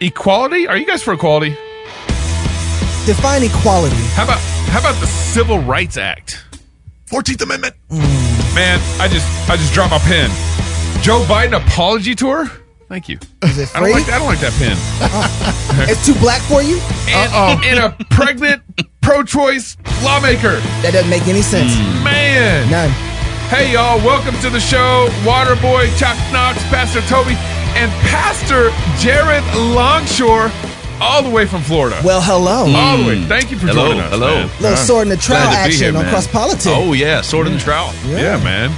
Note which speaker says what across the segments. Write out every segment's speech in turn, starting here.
Speaker 1: equality? Are you guys for equality?
Speaker 2: Define equality.
Speaker 1: How about how about the Civil Rights Act? Mm,
Speaker 3: Fourteenth Amendment.
Speaker 1: Man, I just I just dropped my pen. Joe Biden apology tour. Thank you.
Speaker 2: Is it
Speaker 1: I don't
Speaker 2: free?
Speaker 1: like I don't like that pen.
Speaker 2: It's too black for you?
Speaker 1: And, and a pregnant pro-choice lawmaker.
Speaker 2: That doesn't make any sense.
Speaker 1: Hmm. Man.
Speaker 2: None.
Speaker 1: Hey y'all, welcome to the show. Waterboy, Chuck Knox, Pastor Toby, and Pastor Jared Longshore, all the way from Florida.
Speaker 2: Well, hello.
Speaker 1: Hmm. all the way. Thank you for
Speaker 3: Mm. Hello,
Speaker 1: joining us.
Speaker 3: hello.
Speaker 1: man.
Speaker 2: Little sword in the trial
Speaker 3: Glad to be
Speaker 2: action
Speaker 3: here,
Speaker 2: on
Speaker 3: man.
Speaker 2: cross politics.
Speaker 3: Oh yeah, sword and trowel.
Speaker 1: Yeah. man.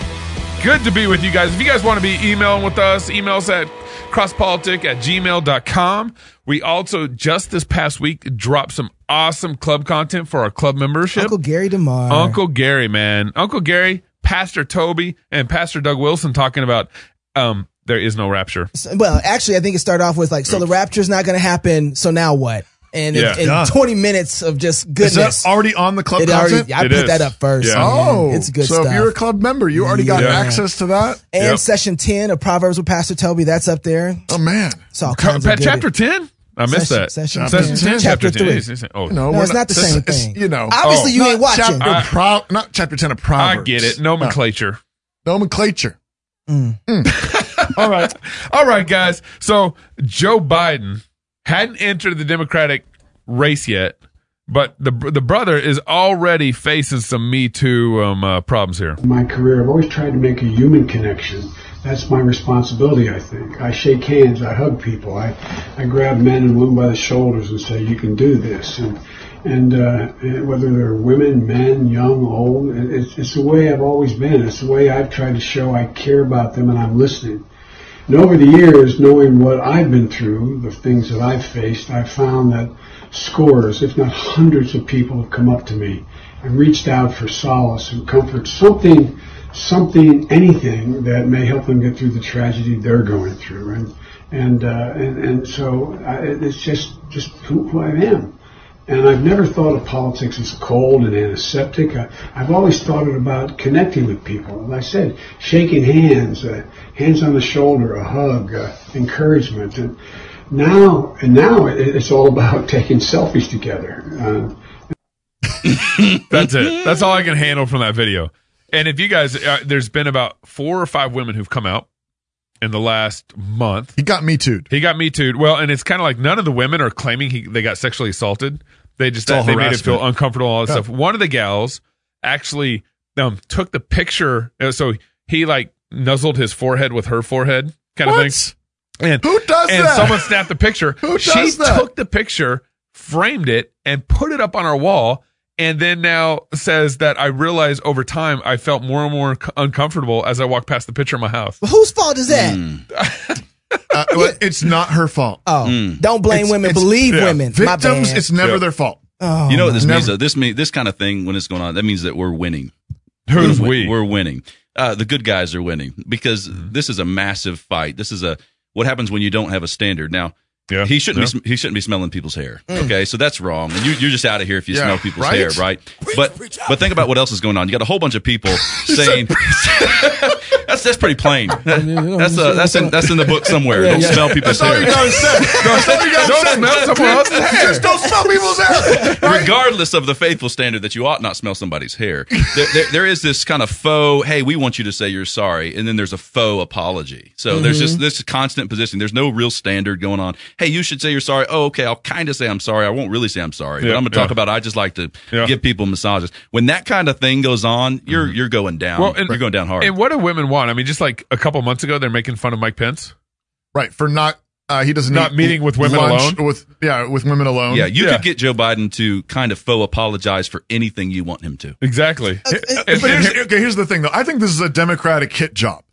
Speaker 1: Good to be with you guys. If you guys want to be emailing with us, email us at crosspolitic at gmail.com. We also just this past week dropped some awesome club content for our club membership.
Speaker 2: Uncle Gary DeMar.
Speaker 1: Uncle Gary, man. Uncle Gary, Pastor Toby, and Pastor Doug Wilson talking about um there is no rapture.
Speaker 2: So- well, actually, I think it started off with like, so the rapture's not going to happen. So now what? And in-
Speaker 1: Yeah.
Speaker 2: in,
Speaker 4: Yeah.
Speaker 2: 20 minutes of just
Speaker 4: Is that
Speaker 2: goodness,
Speaker 4: already on the club
Speaker 2: it
Speaker 4: content?
Speaker 2: already, I
Speaker 1: It
Speaker 2: put
Speaker 1: is.
Speaker 2: that up first.
Speaker 1: Yeah.
Speaker 2: man.
Speaker 4: oh,
Speaker 2: it's good
Speaker 4: so
Speaker 2: stuff.
Speaker 4: if you're a club member, you already got
Speaker 1: Yeah.
Speaker 4: access to that.
Speaker 2: and
Speaker 1: Yep.
Speaker 2: session 10 of Proverbs with Pastor Toby, that's up there.
Speaker 4: Oh man,
Speaker 2: It's all
Speaker 1: Ca-
Speaker 2: kinds of
Speaker 1: pa-
Speaker 2: good-
Speaker 1: chapter 10? I missed
Speaker 2: Session-
Speaker 1: that.
Speaker 2: session
Speaker 4: 10.
Speaker 1: Chapter
Speaker 2: Chapter
Speaker 1: 10.
Speaker 2: three.
Speaker 1: Is- is- Oh,
Speaker 2: No,
Speaker 4: no, we're
Speaker 2: it's not the
Speaker 4: this
Speaker 2: same
Speaker 4: is-
Speaker 2: thing.
Speaker 4: You know, Oh.
Speaker 2: Obviously, you
Speaker 4: not
Speaker 2: ain't watching.
Speaker 4: Chapter
Speaker 1: I-
Speaker 4: Pro- not chapter ten of Proverbs.
Speaker 1: I get it. Nomenclature.
Speaker 4: No, nomenclature.
Speaker 2: Mm.
Speaker 4: Mm. all right,
Speaker 1: All right, guys. So Joe Biden hadn't entered the Democratic race yet, but the the brother is already facing some Me Too um, uh, problems here.
Speaker 5: in my career, I've always tried to make a human connection. That's my responsibility, I think. I shake hands, I hug people, I, I grab men and women by the shoulders and say, "You can do this." And and uh, and whether they're women, men, young, old, it- it's, it's the way I've always been. It's the way I've tried to show I care about them and I'm listening. And over the years, knowing what I've been through, the things that I've faced, I've found that scores, if not hundreds of people have come up to me and reached out for solace and comfort, something, something, anything that may help them get through the tragedy they're going through. And, and, uh, and, and so I, it's just, just who, who I am. And I've never thought of politics as cold and antiseptic. I, I've always thought it about connecting with people. As I said, shaking hands, uh, hands on the shoulder, a hug, uh, encouragement. And now, and now it, it's all about taking selfies together. Uh,
Speaker 1: That's it. That's all I can handle from that video. And if you guys, uh, there's been about four or five women who've come out in the last month.
Speaker 4: he got me too.
Speaker 1: He got me too. Well, and it's kind of like none of the women are claiming he, they got sexually assaulted. They just
Speaker 4: all
Speaker 1: they made it
Speaker 4: harassment.
Speaker 1: feel uncomfortable. All that
Speaker 4: Yeah.
Speaker 1: stuff. One of the gals actually um, took the picture. uh, So he like nuzzled his forehead with her forehead, kind of thing.
Speaker 4: What?
Speaker 1: And
Speaker 4: Who does
Speaker 1: and
Speaker 4: that?
Speaker 1: someone snapped the picture.
Speaker 4: Who
Speaker 1: she
Speaker 4: does that?
Speaker 1: took the picture, framed it, and put it up on our wall. And then now says that I realized over time I felt more and more uncomfortable as I walked past the picture in my house.
Speaker 2: But whose fault is that?
Speaker 1: Hmm.
Speaker 4: Uh, well, it's not her fault.
Speaker 2: Oh,
Speaker 1: Hmm.
Speaker 2: don't blame
Speaker 4: It's-
Speaker 2: women.
Speaker 4: it's-
Speaker 2: Believe
Speaker 4: yeah.
Speaker 2: women. My
Speaker 4: Victims.
Speaker 2: bad.
Speaker 4: It's never
Speaker 1: Yeah.
Speaker 4: their fault.
Speaker 2: oh,
Speaker 6: You know what this
Speaker 4: Never.
Speaker 6: means? Though? This mean this kind of thing when it's going on. That means that we're winning.
Speaker 1: Who's
Speaker 6: We're
Speaker 1: we?
Speaker 6: win- We're winning. Uh, the good guys are winning because
Speaker 4: Mm-hmm.
Speaker 6: this is a massive fight. This is a what happens when you don't have a standard. Now
Speaker 1: Yeah.
Speaker 6: he shouldn't
Speaker 1: Yeah.
Speaker 6: be, sm- he shouldn't be smelling people's hair. Okay, so that's wrong. And you, you're just out of here if you
Speaker 4: Mm. Yeah,
Speaker 6: smell people's
Speaker 4: right?
Speaker 6: hair, right? but but think about what else is going on. You got a whole bunch of people saying that's that's pretty plain. that's uh that's in that's in the book somewhere. don't smell people's
Speaker 4: That's all
Speaker 6: hair.
Speaker 4: you gotta say. That's all you gotta
Speaker 1: Don't
Speaker 4: say.
Speaker 1: smell someone else's hair.
Speaker 4: Just don't smell people's hair.
Speaker 6: regardless of the faithful standard that you ought not smell somebody's hair. There, there, there is this kind of faux, hey, we want you to say you're sorry. And then there's a faux apology. So there's
Speaker 2: Mm-hmm.
Speaker 6: just this constant position. There's no real standard going on. Hey, you should say you're sorry. Oh, okay. I'll kind of say I'm sorry. I won't really say I'm sorry,
Speaker 1: Yeah,
Speaker 6: but I'm going to talk
Speaker 1: yeah.
Speaker 6: about I just like to
Speaker 1: Yeah. Mm-hmm.
Speaker 6: give people massages. When that kind of thing goes on, you're, you're going down. you're going down hard.
Speaker 1: And what do women want? I mean, just like a couple months ago, they're making fun of Mike Pence.
Speaker 4: Right for not uh, he doesn't
Speaker 1: Not
Speaker 4: eat
Speaker 1: meeting with women
Speaker 4: lunch With yeah, with women alone.
Speaker 6: yeah, you
Speaker 1: Yeah.
Speaker 6: could get Joe Biden to kind of faux apologize for anything you want him to.
Speaker 1: Exactly.
Speaker 2: Uh,
Speaker 4: But here's, okay, here's the thing though. I think this is a Democratic hit job.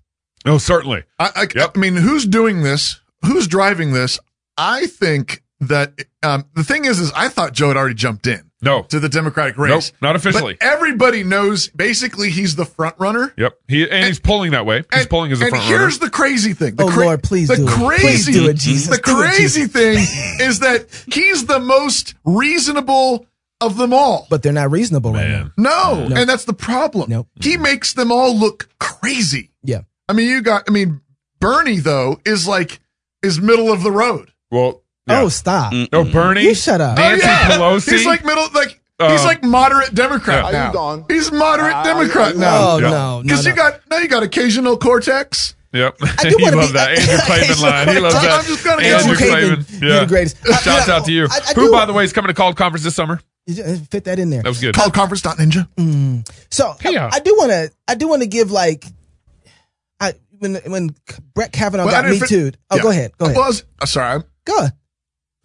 Speaker 1: oh, certainly.
Speaker 4: I, I,
Speaker 1: Yep.
Speaker 4: I mean, who's doing this? Who's driving this? I think that um, the thing is, is I thought Joe had already jumped in
Speaker 1: No.
Speaker 4: to the Democratic
Speaker 1: Nope.
Speaker 4: race.
Speaker 1: Not officially.
Speaker 4: But everybody knows basically he's the front runner.
Speaker 1: Yep. He and, he's pulling that way. He's pulling as a
Speaker 4: and
Speaker 1: front runner.
Speaker 4: here's the crazy thing. The
Speaker 2: Oh, Lord, please
Speaker 4: the
Speaker 2: do it. Please
Speaker 4: crazy,
Speaker 2: do it, Jesus.
Speaker 4: The
Speaker 2: Do it,
Speaker 4: crazy thing is that he's the most reasonable of them all.
Speaker 2: but they're not reasonable right now.
Speaker 1: Man.
Speaker 4: no, and that's the problem.
Speaker 2: Nope.
Speaker 4: He makes them all look crazy.
Speaker 2: Yeah.
Speaker 4: I mean, you got. I mean, Bernie though is like is middle of the road.
Speaker 1: Well,
Speaker 2: Oh, stop.
Speaker 1: No, Bernie.
Speaker 2: You shut up.
Speaker 1: Nancy Pelosi.
Speaker 4: Oh, He's like middle, like he's
Speaker 1: Uh,
Speaker 4: like moderate Democrat
Speaker 7: How you
Speaker 4: now. Ah,
Speaker 7: doing?
Speaker 4: He's moderate Democrat now.
Speaker 2: Oh, no. no,
Speaker 4: Because
Speaker 2: no.
Speaker 4: you got now you got occasional cortex.
Speaker 1: yep.
Speaker 2: do
Speaker 1: he
Speaker 2: wanna
Speaker 1: loves
Speaker 2: be-
Speaker 1: that Andrew Clavin line. He loves
Speaker 4: I'm
Speaker 1: that.
Speaker 4: just gonna get
Speaker 1: Andrew
Speaker 4: you,
Speaker 2: Clavin.
Speaker 1: Clavin.
Speaker 2: You're the greatest. I-
Speaker 1: Shouts
Speaker 2: you know,
Speaker 1: out to you.
Speaker 2: I- I
Speaker 1: Who,
Speaker 2: do-
Speaker 1: by the way, is coming to Called Conference this summer?
Speaker 2: You just Fit that in there.
Speaker 1: That was good.
Speaker 4: Called conference dot ninja.
Speaker 2: Oh, So I-
Speaker 1: Yeah.
Speaker 2: I, do want to. I do want to give like, I when when Brett Kavanaugh
Speaker 4: Well, I
Speaker 2: got me
Speaker 4: didn't fin-
Speaker 2: too. Oh,
Speaker 4: Yeah.
Speaker 2: go ahead. Go ahead.
Speaker 4: Well, I was- uh, sorry.
Speaker 2: go. ahead.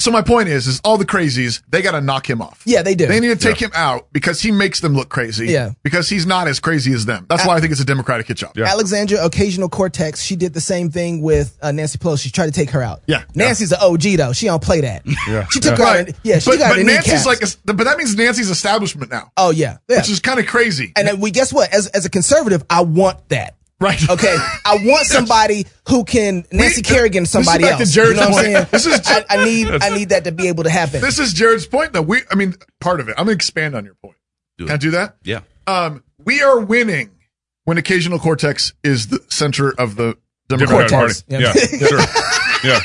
Speaker 4: So my point is, is all the crazies they got to knock him off.
Speaker 2: Yeah, they do.
Speaker 4: They need to take him out because he makes them look crazy.
Speaker 2: Yeah.
Speaker 4: Because he's not as crazy as them. That's why I think it's a Democratic hit job.
Speaker 1: Yeah.
Speaker 2: Alexandria Occasional Cortex. She did the same thing with uh, Nancy Pelosi. She tried to take her out.
Speaker 4: Yeah.
Speaker 2: Nancy's an OG though. She don't play that.
Speaker 1: Yeah.
Speaker 2: She took her out. in- Yeah. She
Speaker 4: but
Speaker 2: got
Speaker 4: but
Speaker 2: in
Speaker 4: Nancy's like, a- but that means Nancy's establishment now,
Speaker 2: Oh yeah. Yeah.
Speaker 4: which is kind of crazy.
Speaker 2: and then we guess what? As as a conservative, I want that.
Speaker 4: Right.
Speaker 2: Okay. I want somebody who can Nancy
Speaker 4: We-
Speaker 2: Kerrigan
Speaker 4: this is
Speaker 2: somebody
Speaker 4: back to
Speaker 2: else.
Speaker 4: Jared's
Speaker 2: you know what I'm saying?
Speaker 4: point. This is-
Speaker 2: I, I need I need that to be able to happen.
Speaker 4: this is Jared's point though. We, I mean, part of it. I'm gonna expand on your point.
Speaker 6: Do
Speaker 4: Can I
Speaker 6: it.
Speaker 4: do that?
Speaker 6: Yeah.
Speaker 4: Um, we are winning when occasional cortex is the center of the Democratic
Speaker 1: Democratic
Speaker 4: Party.
Speaker 1: Party. Yeah. Sure. Yeah.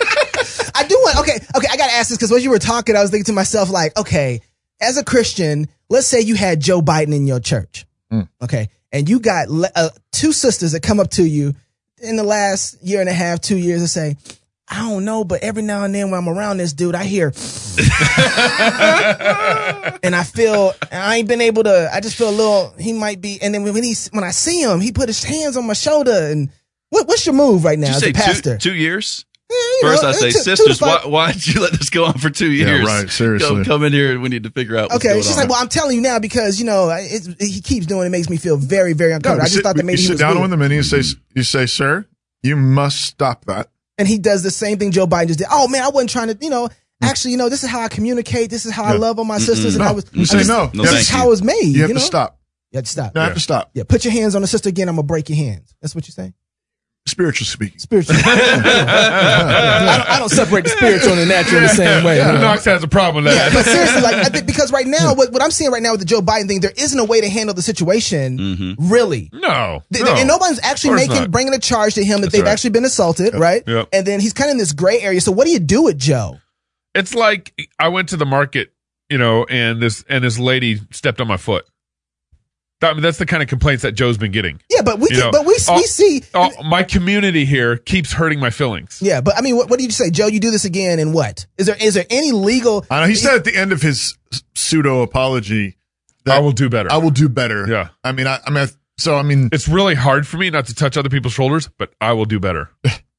Speaker 2: I do want okay, okay, I gotta ask this because when you were talking, I was thinking to myself, like, okay, as a Christian, let's say you had Joe Biden in your church.
Speaker 6: Mm.
Speaker 2: Okay. And you got le- uh, two sisters that come up to you in the last year and a half, two years and say, I don't know, but every now and then when I'm around this dude, I hear and I feel I ain't been able to. I just feel a little. He might be. And then when he when I see him, he put his hands on my shoulder. And what, what's your move right now
Speaker 6: you
Speaker 2: as
Speaker 6: say
Speaker 2: a pastor?
Speaker 6: two, two years?
Speaker 2: Yeah, you
Speaker 6: First,
Speaker 2: know, uh,
Speaker 6: I say,
Speaker 2: two- two to
Speaker 6: sisters,
Speaker 2: five-
Speaker 6: why, why did you let this go on for two years?
Speaker 4: right,
Speaker 6: Come-
Speaker 4: seriously.
Speaker 6: Come, in here and we need to figure out what's
Speaker 2: Okay,
Speaker 6: going
Speaker 2: she's
Speaker 6: on.
Speaker 2: like, well, I'm telling you now because you know I- it's, he keeps doing it makes me feel very, very
Speaker 4: No,
Speaker 2: uncomfortable. I
Speaker 4: you
Speaker 2: just
Speaker 4: sit-
Speaker 2: thought that
Speaker 4: you
Speaker 2: maybe he
Speaker 4: sit
Speaker 2: was
Speaker 4: down
Speaker 2: weird.
Speaker 4: with them and you say, you say, sir, you must stop that.
Speaker 2: and he does the same thing Joe Biden just did. Oh man, I wasn't trying to, you know. Actually, you know, this is how I communicate. This is how I love all my sisters, and I was.
Speaker 4: You
Speaker 2: I
Speaker 4: say
Speaker 2: just-
Speaker 4: Mm. no.
Speaker 6: No,
Speaker 2: This
Speaker 6: thank
Speaker 2: is
Speaker 6: you.
Speaker 2: how it's made.
Speaker 4: You have to
Speaker 2: know?
Speaker 4: stop.
Speaker 2: You have to stop.
Speaker 4: You have to stop.
Speaker 2: Yeah, put your hands on the sister again. I'm gonna break your hands. That's what you're saying.
Speaker 4: Spiritually speaking.
Speaker 2: Spiritual. I, don't, I don't separate the spiritual and the natural the same way. you know?
Speaker 1: Knox has a problem with
Speaker 2: But
Speaker 1: that.
Speaker 2: seriously, like I think because right now, what, what I'm seeing right now with the Joe Biden thing, there isn't a way to handle the situation. Really,
Speaker 1: No.
Speaker 2: Th-
Speaker 1: no.
Speaker 2: th- And nobody's
Speaker 1: Of
Speaker 2: actually
Speaker 1: course
Speaker 2: making
Speaker 1: not.
Speaker 2: bringing a charge to him that they've
Speaker 1: right.
Speaker 2: actually been assaulted, right?
Speaker 1: Yep.
Speaker 2: And then he's kind of in this gray area. So what do you do with Joe?
Speaker 1: It's like I went to the market, you know, and this and this lady stepped on my foot. That- I mean, that's the kind of complaints that Joe's been getting.
Speaker 2: Yeah, but we
Speaker 1: You
Speaker 2: can,
Speaker 1: know,
Speaker 2: but we
Speaker 1: all-
Speaker 2: we see.
Speaker 1: Oh, my community here keeps hurting my feelings.
Speaker 2: Yeah, but I mean, what, what do you say, Joe? You do this again, and what is there? Is there any legal?
Speaker 4: I know he said at the end of his pseudo apology that
Speaker 1: I will do better.
Speaker 4: I will do better.
Speaker 1: Yeah.
Speaker 4: I mean, I, I mean, I, so I mean,
Speaker 1: it's really hard for me not to touch other people's shoulders, but I will do better.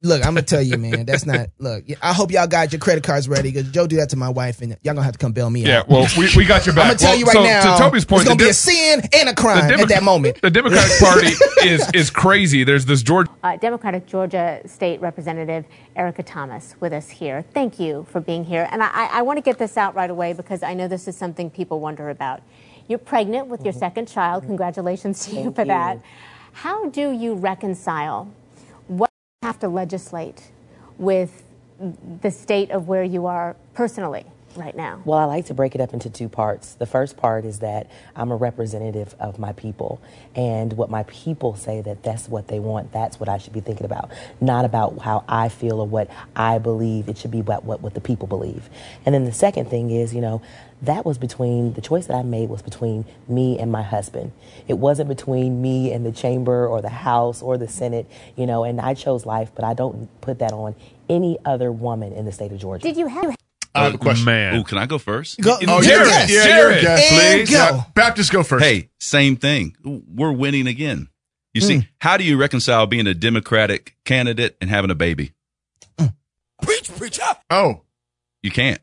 Speaker 2: Look, I'm gonna tell you, man. That's not. Look, I hope y'all got your credit cards ready because Joe do that to my wife, and y'all gonna have to come bail me
Speaker 1: Yeah,
Speaker 2: out.
Speaker 1: well, we, we got your back.
Speaker 2: I'm gonna tell
Speaker 1: Well,
Speaker 2: you right
Speaker 1: so,
Speaker 2: now.
Speaker 1: to Toby's point,
Speaker 2: it's gonna
Speaker 1: the
Speaker 2: be
Speaker 1: Dem-
Speaker 2: a sin and a
Speaker 1: the
Speaker 2: crime
Speaker 1: Demo-
Speaker 2: at that moment.
Speaker 1: the Democratic Party is is crazy. There's this George
Speaker 8: Uh, Democratic Georgia State Representative Erica Thomas with us here. Thank you for being here. And I, I, I want to get this out right away because I know this is something people wonder about. You're pregnant with your second child. Congratulations to you for that. How do you reconcile what you have to legislate with the state of where you are personally right now?
Speaker 9: Well, I like to break it up into two parts. The first part is that I'm a representative of my people and what my people say that that's what they want, that's what I should be thinking about, not about how I feel or what I believe. It should be about what, what the people believe. And then the second thing is, you know, that was between the choice that I made was between me and my husband. It wasn't between me and the chamber or the house or the Senate, you know, and I chose life, but I don't put that on any other woman in the state of Georgia.
Speaker 8: Did you have
Speaker 4: I have a question.
Speaker 1: man.
Speaker 6: Ooh, can I go first?
Speaker 2: Go-
Speaker 6: In-
Speaker 2: Oh,
Speaker 4: you're a
Speaker 2: Yes,
Speaker 4: guest. Yeah,
Speaker 1: Jared.
Speaker 4: you're a guest.
Speaker 2: And
Speaker 4: Please.
Speaker 2: go.
Speaker 4: Yeah. Baptist, go first.
Speaker 6: Hey, same thing. We're winning again. You
Speaker 2: Hmm.
Speaker 6: see, how do you reconcile being a Democratic candidate and having a baby?
Speaker 4: Oh,
Speaker 6: You can't.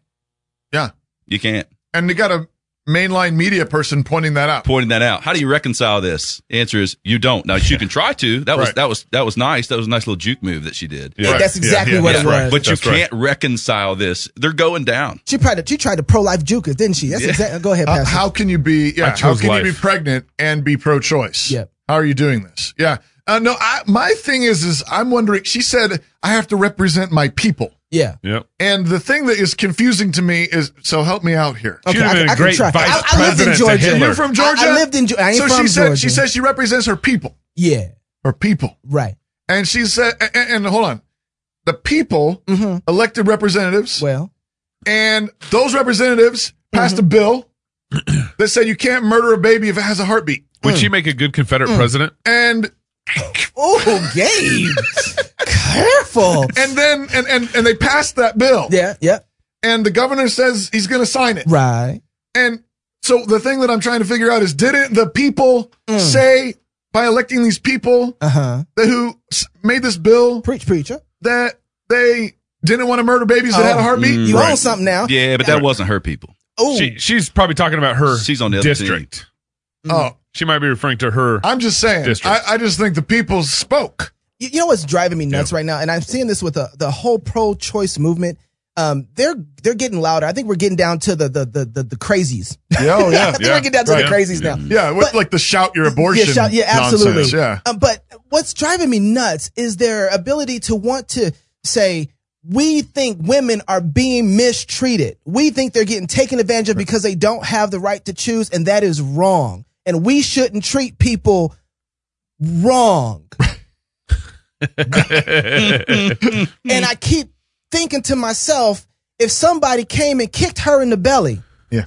Speaker 4: yeah.
Speaker 6: You can't.
Speaker 4: And you got a mainline media person pointing that out.
Speaker 6: Pointing that out. How do you reconcile this? Answer is you don't. Now you can try to. That was
Speaker 4: Right.
Speaker 6: that was that was nice. That was a nice little juke move that she did.
Speaker 1: Yeah.
Speaker 2: That's exactly
Speaker 4: yeah,
Speaker 2: what
Speaker 6: yeah.
Speaker 2: it was.
Speaker 6: But you
Speaker 1: That's right.
Speaker 6: can't reconcile this. They're going down.
Speaker 2: She tried to she tried to pro life juke us, didn't she? That's exactly. Go
Speaker 1: Uh,
Speaker 2: ahead,
Speaker 4: How,
Speaker 2: Pastor.
Speaker 4: Uh, how can you be?
Speaker 1: I
Speaker 4: Yeah, how
Speaker 1: chose
Speaker 4: can you
Speaker 1: life.
Speaker 4: be pregnant and be pro-choice?
Speaker 2: Yep.
Speaker 4: How are you doing this? Yeah. Uh, no, I, my thing is, is I'm wondering. She said I have to represent my people,
Speaker 2: yeah.
Speaker 1: Yep.
Speaker 4: and the thing that is confusing to me is. So help me out here.
Speaker 1: She'd have
Speaker 2: I-
Speaker 1: been
Speaker 2: I
Speaker 1: a
Speaker 2: can
Speaker 1: great
Speaker 2: try.
Speaker 1: vice
Speaker 2: Oh, I- I lived in
Speaker 1: president to
Speaker 2: Georgia.
Speaker 1: Hitler.
Speaker 4: You're from
Speaker 2: I- I
Speaker 4: Georgia.
Speaker 2: lived in Ge- I ain't
Speaker 4: so
Speaker 2: from
Speaker 4: she said
Speaker 2: Georgia.
Speaker 4: she said she represents her people,
Speaker 2: Yeah.
Speaker 4: her people,
Speaker 2: Right.
Speaker 4: and she said, and, and hold on, the people elected representatives
Speaker 2: Mm-hmm. Well. Mm-hmm.
Speaker 4: And those representatives passed a bill that said you can't murder a baby if it has a heartbeat.
Speaker 1: Would she make a good Confederate
Speaker 2: Mm.
Speaker 1: president?
Speaker 4: And
Speaker 2: Oh, Gabe. Careful.
Speaker 4: and then and, and and they passed that bill.
Speaker 2: Yeah, yeah.
Speaker 4: And the governor says he's going to sign it.
Speaker 2: Right.
Speaker 4: And so the thing that I'm trying to figure out is didn't the people
Speaker 2: Mm.
Speaker 4: say by electing these people
Speaker 2: Uh huh.
Speaker 4: that who s- made this bill
Speaker 2: Preach, preacher.
Speaker 4: that they didn't want to murder babies that had a
Speaker 2: Oh.
Speaker 4: heartbeat?
Speaker 2: You own something now.
Speaker 6: Yeah, but that wasn't her people.
Speaker 2: Oh,
Speaker 1: She, she's probably talking about her
Speaker 6: She's on the other
Speaker 1: district.
Speaker 4: Oh,
Speaker 1: She might be referring to her.
Speaker 4: I'm just saying.
Speaker 1: District.
Speaker 4: I, I just think the people spoke.
Speaker 2: you, you know what's driving me nuts right now, and I'm seeing this with the the whole pro-choice movement. Um, they're they're getting louder. I think we're getting down to the the the the, the crazies.
Speaker 4: Yeah, oh,
Speaker 2: I
Speaker 4: yeah.
Speaker 2: think we're getting down to
Speaker 4: Right.
Speaker 2: the crazies now.
Speaker 4: Yeah, with
Speaker 2: But-
Speaker 4: like the shout your abortion.
Speaker 2: Yeah, shout- yeah, absolutely.
Speaker 4: nonsense, Yeah.
Speaker 2: Uh, but what's driving me nuts is their ability to want to say, we think women are being mistreated. We think they're getting taken advantage of because they don't have the right to choose, and that is wrong. And we shouldn't treat people wrong. and I keep thinking to myself, if somebody came and kicked her in the belly,
Speaker 4: Yeah.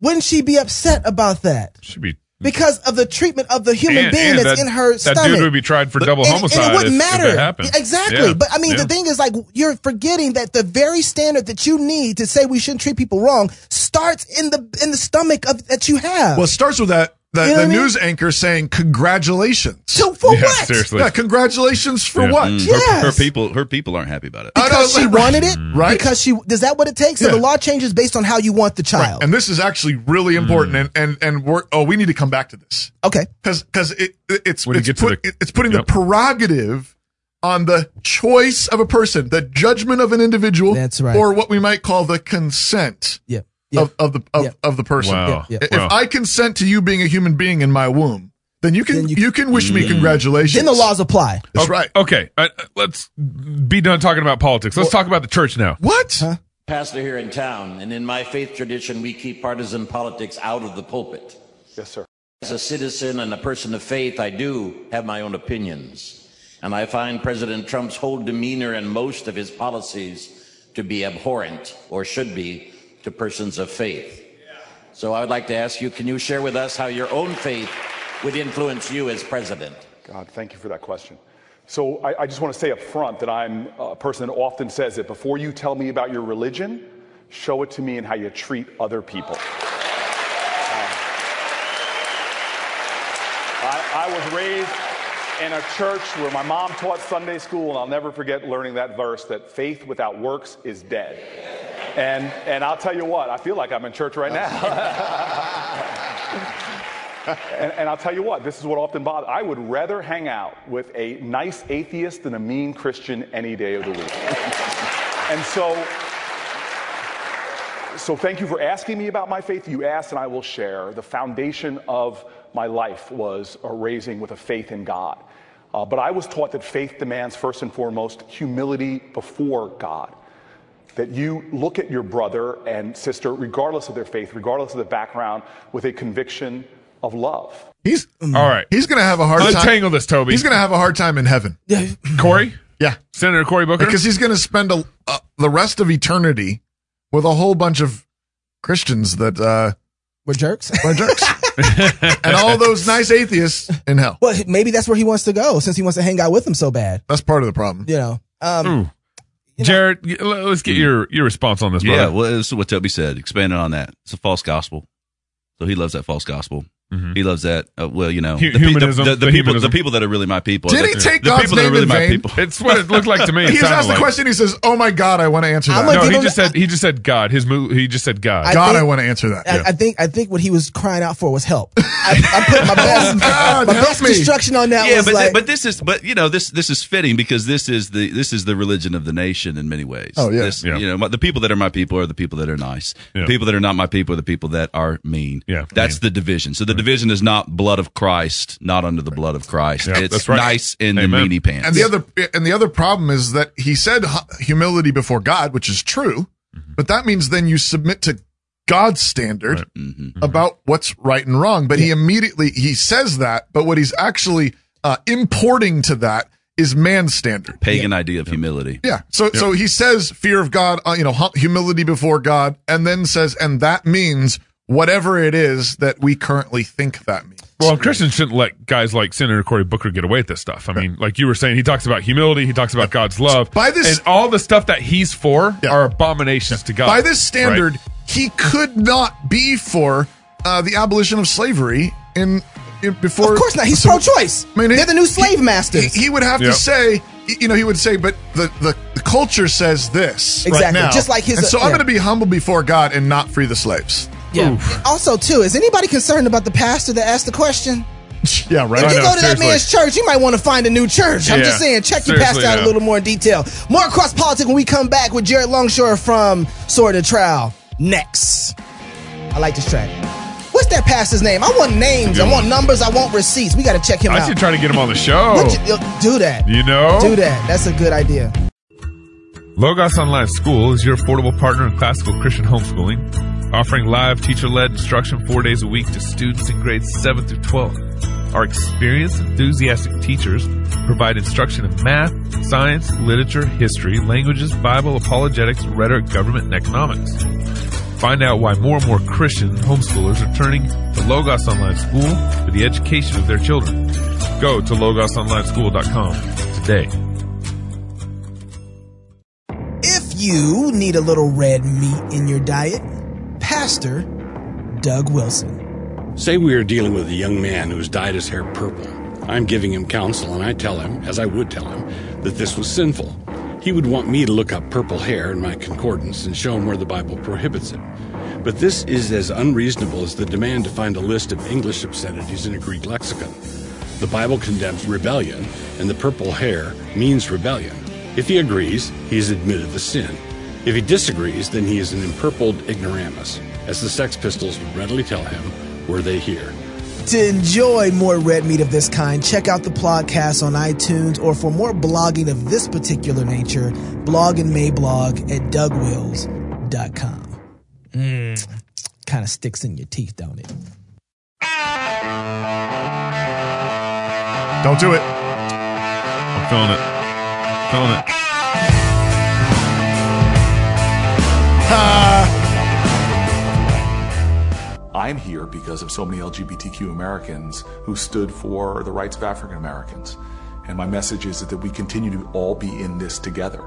Speaker 2: wouldn't she be upset about that?
Speaker 1: She'd be
Speaker 2: because of the treatment of the human
Speaker 1: and-
Speaker 2: being
Speaker 1: and
Speaker 2: that's
Speaker 1: that-
Speaker 2: in her
Speaker 1: that
Speaker 2: stomach.
Speaker 1: dude would be tried for double
Speaker 2: and,
Speaker 1: homicide.
Speaker 2: and it wouldn't
Speaker 1: if- if
Speaker 2: matter.
Speaker 1: that happened.
Speaker 2: Exactly.
Speaker 1: Yeah.
Speaker 2: But I mean,
Speaker 1: Yeah.
Speaker 2: the thing is, like, you're forgetting that the very standard that you need to say we shouldn't treat people wrong starts in the in the stomach of that you have.
Speaker 4: Well, it starts with that, that
Speaker 2: You know
Speaker 4: the
Speaker 2: what I mean?
Speaker 4: news anchor saying congratulations.
Speaker 2: so Mm-hmm. for
Speaker 1: Yeah,
Speaker 2: what?
Speaker 1: seriously.
Speaker 4: Yeah, congratulations for
Speaker 1: Yeah.
Speaker 4: what?
Speaker 6: Mm,
Speaker 2: Yes.
Speaker 6: her, her people, her people aren't happy about it.
Speaker 4: I
Speaker 2: Because
Speaker 4: know,
Speaker 2: she
Speaker 4: like-
Speaker 2: wanted it,
Speaker 4: Right.
Speaker 2: Because she is that what it takes? So
Speaker 4: Yeah.
Speaker 2: the law changes based on how you want the child.
Speaker 4: And this is actually really
Speaker 1: Mm.
Speaker 4: important. And, and, and we're, oh, we need to come back to this.
Speaker 2: okay.
Speaker 4: Cause, cause it, it- it's,
Speaker 1: When you
Speaker 4: it's,
Speaker 1: get to
Speaker 4: put,
Speaker 1: the-
Speaker 4: it's putting
Speaker 1: Yep.
Speaker 4: the prerogative on the choice of a person, the judgment of an individual.
Speaker 2: That's right.
Speaker 4: Or what we might call the consent
Speaker 2: Yeah. Yeah.
Speaker 4: of, of the, of,
Speaker 2: Yeah.
Speaker 4: of the person.
Speaker 1: Wow.
Speaker 2: Yeah,
Speaker 4: If
Speaker 1: Wow.
Speaker 4: I consent to you being a human being in my womb, then you can,
Speaker 2: Then you-
Speaker 4: you, can wish
Speaker 1: Mm.
Speaker 4: me congratulations.
Speaker 2: Then the laws apply.
Speaker 4: That's right.
Speaker 1: okay, uh, uh, let's be done talking about politics. Let's talk about the church now.
Speaker 4: What?
Speaker 7: pastor here in town, and in my faith tradition, we keep partisan politics out of the pulpit. Yes,
Speaker 10: sir.
Speaker 7: As a citizen and a person of faith, I do have my own opinions. And I find President Trump's whole demeanor and most of his policies to be abhorrent, or should be, to persons of faith. So I would like to ask you can you share with us how your own faith would influence you as president?
Speaker 10: God, thank you for that question. So I, I just want to say up front that I'm a person that often says that before you tell me about your religion, show it to me in how you treat other people. Um, I, I was raised in a church where my mom taught Sunday school, and I'll never forget learning that verse that faith without works is dead. And, and I'll tell you what, I feel like I'm in church right now. And, and I'll tell you what, this is what often bothers. I would rather hang out with a nice atheist than a mean Christian any day of the week. and so, so thank you for asking me about my faith. You asked, and I will share. The foundation of my life was a raising with a faith in God. Uh, but I was taught that faith demands, first and foremost, humility before God that you look at your brother and sister, regardless of their faith, regardless of their background, with a conviction of love.
Speaker 4: He's, mm,
Speaker 1: All right,
Speaker 4: he's going to have a hard time.
Speaker 1: untangle this, Toby.
Speaker 4: He's going to have a hard time in heaven.
Speaker 1: Corey,
Speaker 4: Yeah.
Speaker 1: Senator Cory Booker.
Speaker 4: Because he's going to spend a, uh, the rest of eternity with a whole bunch of Christians that uh,
Speaker 2: We're jerks.
Speaker 4: are jerks. and all those nice atheists in hell.
Speaker 2: well, maybe that's where he wants to go since he wants to hang out with them so bad.
Speaker 4: That's part of the problem.
Speaker 2: You know. Um,
Speaker 1: Ooh. Jared, y- l- let's get your your response on this, brother.
Speaker 6: Yeah, well, this is what Toby said. Expanding on that, it's a false gospel. So he loves that false gospel. He loves that. Uh, well, you know,
Speaker 1: Mm-hmm. Hu-
Speaker 6: pe-
Speaker 1: humanism,
Speaker 6: the,
Speaker 1: the
Speaker 6: the people,
Speaker 1: humanism.
Speaker 6: the people that are really my people.
Speaker 4: Did he
Speaker 6: the,
Speaker 4: take
Speaker 6: the
Speaker 4: God's
Speaker 6: people that are
Speaker 4: name
Speaker 6: really
Speaker 4: in
Speaker 6: my
Speaker 4: vain?
Speaker 6: people?
Speaker 1: it's what it looked like to me.
Speaker 4: He
Speaker 1: It
Speaker 4: was
Speaker 1: sounded
Speaker 4: asked the
Speaker 1: like.
Speaker 4: question. He says, "Oh my God, I want to answer
Speaker 2: I'm a-
Speaker 4: that. No,
Speaker 1: No, he
Speaker 2: People-
Speaker 1: just said he just said God. His move. He just said God.
Speaker 2: I-
Speaker 4: God,
Speaker 2: think-
Speaker 4: I want to answer that."
Speaker 2: I,
Speaker 4: Yeah.
Speaker 2: I think I think what he was crying out for was help. I, I put my
Speaker 4: Oh,
Speaker 2: best,
Speaker 4: God,
Speaker 2: my
Speaker 4: help
Speaker 2: best
Speaker 4: me.
Speaker 2: destruction on that
Speaker 6: yeah,
Speaker 2: was
Speaker 6: but, thi-
Speaker 2: like,
Speaker 6: but this is but you know this this is fitting because this is the this is the religion of the nation in many ways.
Speaker 4: Oh, yeah.
Speaker 6: This-
Speaker 1: Yeah.
Speaker 6: you know my, the people that are my people are the people that are nice. The
Speaker 1: Yeah.
Speaker 6: people that are not my people are the people that are mean.
Speaker 1: Yeah,
Speaker 6: that's
Speaker 1: mean.
Speaker 6: the division. So the division is not blood of Christ, not under the blood of Christ.
Speaker 1: Yeah,
Speaker 6: it's
Speaker 1: that's right.
Speaker 6: nice in the
Speaker 1: Amen.
Speaker 6: meaty pants.
Speaker 4: and the other and the other problem is that he said hu- humility before God, which is true, but that means then you submit to God's standard about what's right and wrong. But he immediately he says that, but what he's actually uh, importing to that is man standard.
Speaker 6: pagan idea of humility.
Speaker 4: Yeah. So so he says fear of God, uh, you know, hum- humility before God, and then says, and that means whatever it is that we currently think that means.
Speaker 1: Well, and Christians shouldn't let guys like Senator Cory Booker get away with this stuff. I mean, like you were saying, he talks about humility, he talks about God's love,
Speaker 4: By this-
Speaker 1: and all the stuff that he's for
Speaker 4: Yeah.
Speaker 1: are abominations to God.
Speaker 4: By this standard,
Speaker 1: Oh, Right.
Speaker 4: he could not be for uh, the abolition of slavery in, in before.
Speaker 2: Of course not. He's
Speaker 4: So-
Speaker 2: pro-choice.
Speaker 4: I mean,
Speaker 2: They're
Speaker 4: he-
Speaker 2: the new slave
Speaker 4: he-
Speaker 2: masters.
Speaker 4: He, he would have
Speaker 1: Yep.
Speaker 4: to say, y- you know, he would say, but the the, the culture says this right
Speaker 2: Exactly.
Speaker 4: now.
Speaker 2: Just like his- uh,
Speaker 4: And so
Speaker 2: yeah.
Speaker 4: I'm going to be humble before God and not free the slaves.
Speaker 2: also, too, is anybody concerned about the pastor that asked the question?
Speaker 4: yeah, right.
Speaker 2: If
Speaker 1: I
Speaker 2: you
Speaker 1: know,
Speaker 2: go to that
Speaker 1: seriously.
Speaker 2: man's church, you might want to find a new church. I'm
Speaker 1: Yeah.
Speaker 2: just saying, check your
Speaker 1: Seriously,
Speaker 2: pastor out
Speaker 1: yeah.
Speaker 2: a little more in detail. More cross politics when we come back with Jared Longshore from Sword of Trial next. I like this track. What's that pastor's name? I want names. I want numbers. I want receipts. We got to check him
Speaker 1: I
Speaker 2: out.
Speaker 1: should try to get him on the show.
Speaker 2: What you- yo, do that.
Speaker 1: Oh. You know?
Speaker 2: Do that. That's a good idea.
Speaker 1: Logos Online School is your affordable partner in classical Christian homeschooling, offering live teacher led instruction four days a week to students in grades 7 through 12. Our experienced, enthusiastic teachers provide instruction in math, science, literature, history, languages, Bible, apologetics, rhetoric, government, and economics. Find out why more and more Christian homeschoolers are turning to Logos Online School for the education of their children. Go to logosonlineschool.com today.
Speaker 2: If you need a little red meat in your diet, Pastor Doug Wilson.
Speaker 11: Say we are dealing with a young man who has dyed his hair purple. I'm giving him counsel, and I tell him, as I would tell him, that this was sinful. He would want me to look up purple hair in my concordance and show him where the Bible prohibits it. But this is as unreasonable as the demand to find a list of English obscenities in a Greek lexicon. The Bible condemns rebellion, and the purple hair means rebellion. If he agrees, he has admitted the sin. If he disagrees, then he is an empurpled ignoramus. As the Sex Pistols would readily tell him, were they here?
Speaker 2: To enjoy more red meat of this kind, check out the podcast on iTunes or for more blogging of this particular nature, blog and may blog at dougwills.com. Mmm. Kind of sticks in your teeth, don't it?
Speaker 4: Don't do it.
Speaker 1: I'm feeling it. Feeling it.
Speaker 4: Ah.
Speaker 12: I'm here because of so many LGBTQ Americans who stood for the rights of African Americans. And my message is that we continue to all be in this together.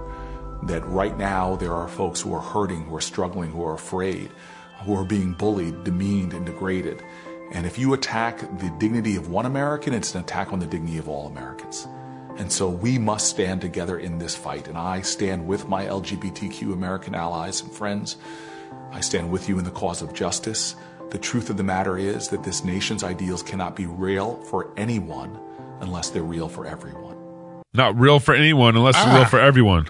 Speaker 12: That right now there are folks who are hurting, who are struggling, who are afraid, who are being bullied, demeaned, and degraded. And if you attack the dignity of one American, it's an attack on the dignity of all Americans. And so we must stand together in this fight. And I stand with my LGBTQ American allies and friends. I stand with you in the cause of justice. The truth of the matter is that this nation's ideals cannot be real for anyone unless they're real for everyone.
Speaker 1: Not real for anyone unless it's
Speaker 4: Ah.
Speaker 1: real for everyone.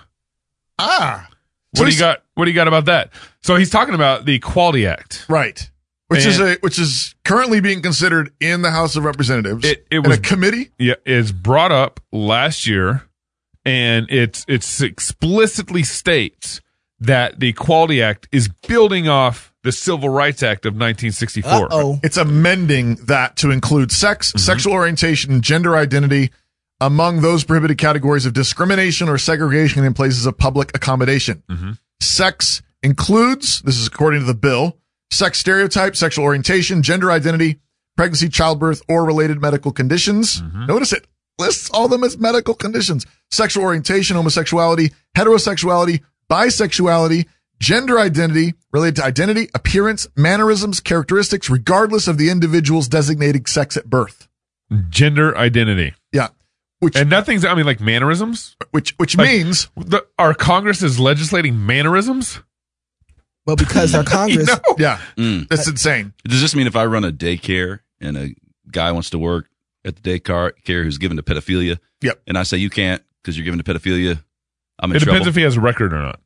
Speaker 4: Ah.
Speaker 1: What do
Speaker 4: he's-
Speaker 1: you got? What do you got about that? So he's talking about the Equality Act.
Speaker 4: Right. Which is
Speaker 1: And-
Speaker 4: a which is currently being considered in the House of Representatives.
Speaker 1: It- it
Speaker 4: in
Speaker 1: was-
Speaker 4: a committee.
Speaker 1: Yeah, is brought up last year, and it's it's explicitly states that the Equality Act is building off the Civil Rights Act of 1964.
Speaker 2: Uh oh.
Speaker 4: It's amending that to include sex,
Speaker 1: Mm-hmm.
Speaker 4: sexual orientation, and gender identity among those prohibited categories of discrimination or segregation in places of public accommodation. Sex includes, this is according to the bill, sex stereotype, sexual orientation, gender identity, pregnancy, childbirth, or related medical conditions.
Speaker 1: Mm-hmm.
Speaker 4: Notice it lists all them as medical conditions sexual orientation, homosexuality, heterosexuality, bisexuality, gender identity, related to identity, appearance, mannerisms, characteristics, regardless of the individual's designated sex at birth.
Speaker 1: Gender identity
Speaker 4: Yeah. Which,
Speaker 1: and nothing's. I mean, like mannerisms.
Speaker 4: which, which
Speaker 1: Like-
Speaker 4: means
Speaker 1: The, our Congress is legislating mannerisms.
Speaker 2: Well, because our Congress.
Speaker 1: oh.
Speaker 4: Yeah,
Speaker 6: Mm.
Speaker 4: that's insane.
Speaker 6: Does this mean if I run a daycare and a guy wants to work at the daycare care who's given to pedophilia,
Speaker 4: Yep.
Speaker 6: and I say you can't because you're given to pedophilia, I'm in
Speaker 1: It
Speaker 6: trouble.
Speaker 1: depends if he has a record or not.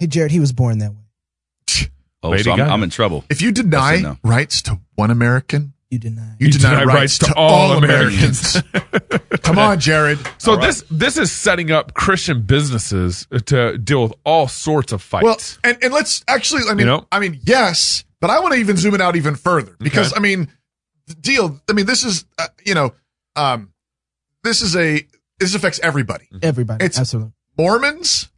Speaker 2: Hey, Jared, he was born that way.
Speaker 6: oh,
Speaker 1: Lady
Speaker 6: so I'm,
Speaker 1: Gaga.
Speaker 6: I'm in trouble.
Speaker 4: If you
Speaker 6: I
Speaker 4: deny
Speaker 6: said no.
Speaker 4: rights to one American,
Speaker 2: You deny.
Speaker 4: you, deny, rights, to, all Americans. Come on, Jared.
Speaker 1: So this this is setting up Christian businesses to deal with all sorts of fights.
Speaker 4: Well, and, and let's actually, I mean,
Speaker 1: You know?
Speaker 4: I mean, yes, but I want to even zoom it out even further because I mean, the deal. I mean, this is uh, you know, um, this is a this affects everybody.
Speaker 2: Everybody.
Speaker 4: It's-
Speaker 2: Absolutely.
Speaker 4: Mormons,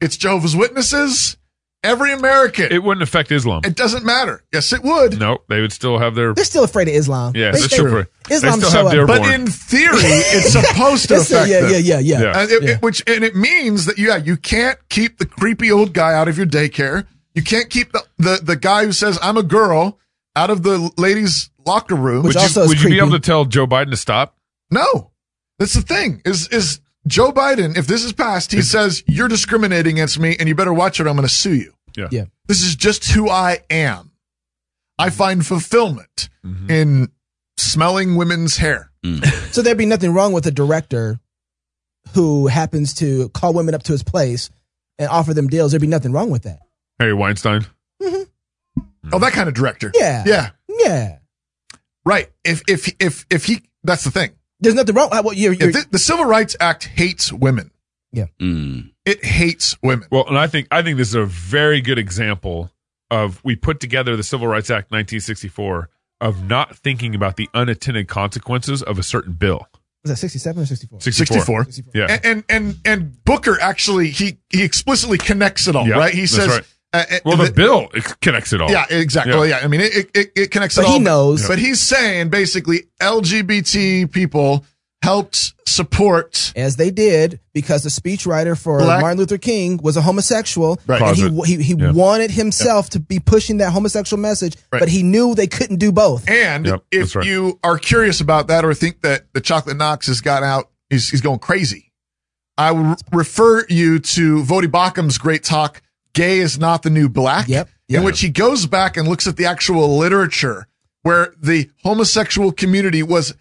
Speaker 4: it's Jehovah's Witnesses, every American.
Speaker 1: It wouldn't affect Islam.
Speaker 4: It doesn't matter. Yes, it would.
Speaker 1: no, they would still have their.
Speaker 2: They're still afraid of Islam.
Speaker 1: Yeah,
Speaker 2: they,
Speaker 1: they're
Speaker 2: they-
Speaker 1: still afraid. They
Speaker 2: Islam
Speaker 1: still
Speaker 2: show
Speaker 1: have
Speaker 2: up.
Speaker 1: their-
Speaker 4: But
Speaker 1: Born.
Speaker 4: in theory, it's supposed to
Speaker 2: It's a-
Speaker 4: affect
Speaker 2: yeah,
Speaker 4: them.
Speaker 2: yeah, yeah, yeah,
Speaker 1: Yeah.
Speaker 4: And Uh, it-
Speaker 2: Yeah.
Speaker 4: it- which and it means that yeah, you can't keep the creepy old guy out of your daycare. You can't keep the the, the guy who says I'm a girl out of the ladies' locker room.
Speaker 2: Which
Speaker 1: Would,
Speaker 2: also
Speaker 1: you,
Speaker 2: is
Speaker 1: would you be
Speaker 2: creepy.
Speaker 1: able to tell Joe Biden to stop?
Speaker 4: no, that's the thing. Is is Joe Biden? If this is passed, he says you're discriminating against me, and you better watch it. I'm going to sue you.
Speaker 2: Yeah.
Speaker 4: This is just who I am. I find fulfillment in smelling women's hair.
Speaker 2: So there'd be nothing wrong with a director who happens to call women up to his place and offer them deals. There'd be nothing wrong with that.
Speaker 1: Harry Weinstein.
Speaker 4: Oh, that kind of director.
Speaker 2: Yeah.
Speaker 4: Yeah.
Speaker 2: Yeah.
Speaker 4: Right. If if if if he that's the thing.
Speaker 2: There's nothing wrong. Well, you're,
Speaker 4: If
Speaker 2: you're,
Speaker 4: thi- the Civil Rights Act hates women.
Speaker 6: Mm.
Speaker 4: It hates women.
Speaker 1: Well, and I think I think this is a very good example of we put together the Civil Rights Act 1964 of not thinking about the unattended consequences of a certain bill.
Speaker 2: was that 67 or 64?
Speaker 1: 64.
Speaker 4: 64.
Speaker 1: Yeah.
Speaker 4: And, and and and Booker actually he he explicitly connects it all, right?
Speaker 1: Yeah,
Speaker 4: He
Speaker 1: that's
Speaker 4: says
Speaker 1: right.
Speaker 4: uh, uh,
Speaker 1: Well, the,
Speaker 4: the-
Speaker 1: bill it connects it all.
Speaker 4: Yeah, exactly.
Speaker 1: Yeah.
Speaker 4: Well, Yeah, I mean, it, it, it connects. it
Speaker 2: But he
Speaker 4: all,
Speaker 2: knows.
Speaker 4: But he's saying basically, LGBT people helped support.
Speaker 2: As they did, because the speechwriter for
Speaker 4: Black-
Speaker 2: Martin Luther King was a homosexual.
Speaker 4: Right.
Speaker 2: And he,
Speaker 1: Closet.
Speaker 2: he, he
Speaker 1: Yeah.
Speaker 2: wanted himself to be pushing that homosexual message,
Speaker 4: Right.
Speaker 2: but he knew they couldn't do both.
Speaker 4: And
Speaker 1: Yep,
Speaker 4: if
Speaker 1: that's right.
Speaker 4: you are curious about that or think that the chocolate Knox has got out, he's, he's going crazy. I would re- refer you to Vodi Bakum's great talk, "Gay is Not the New Black,"
Speaker 2: Yep,
Speaker 4: in which he goes back and looks at the actual literature where the homosexual community was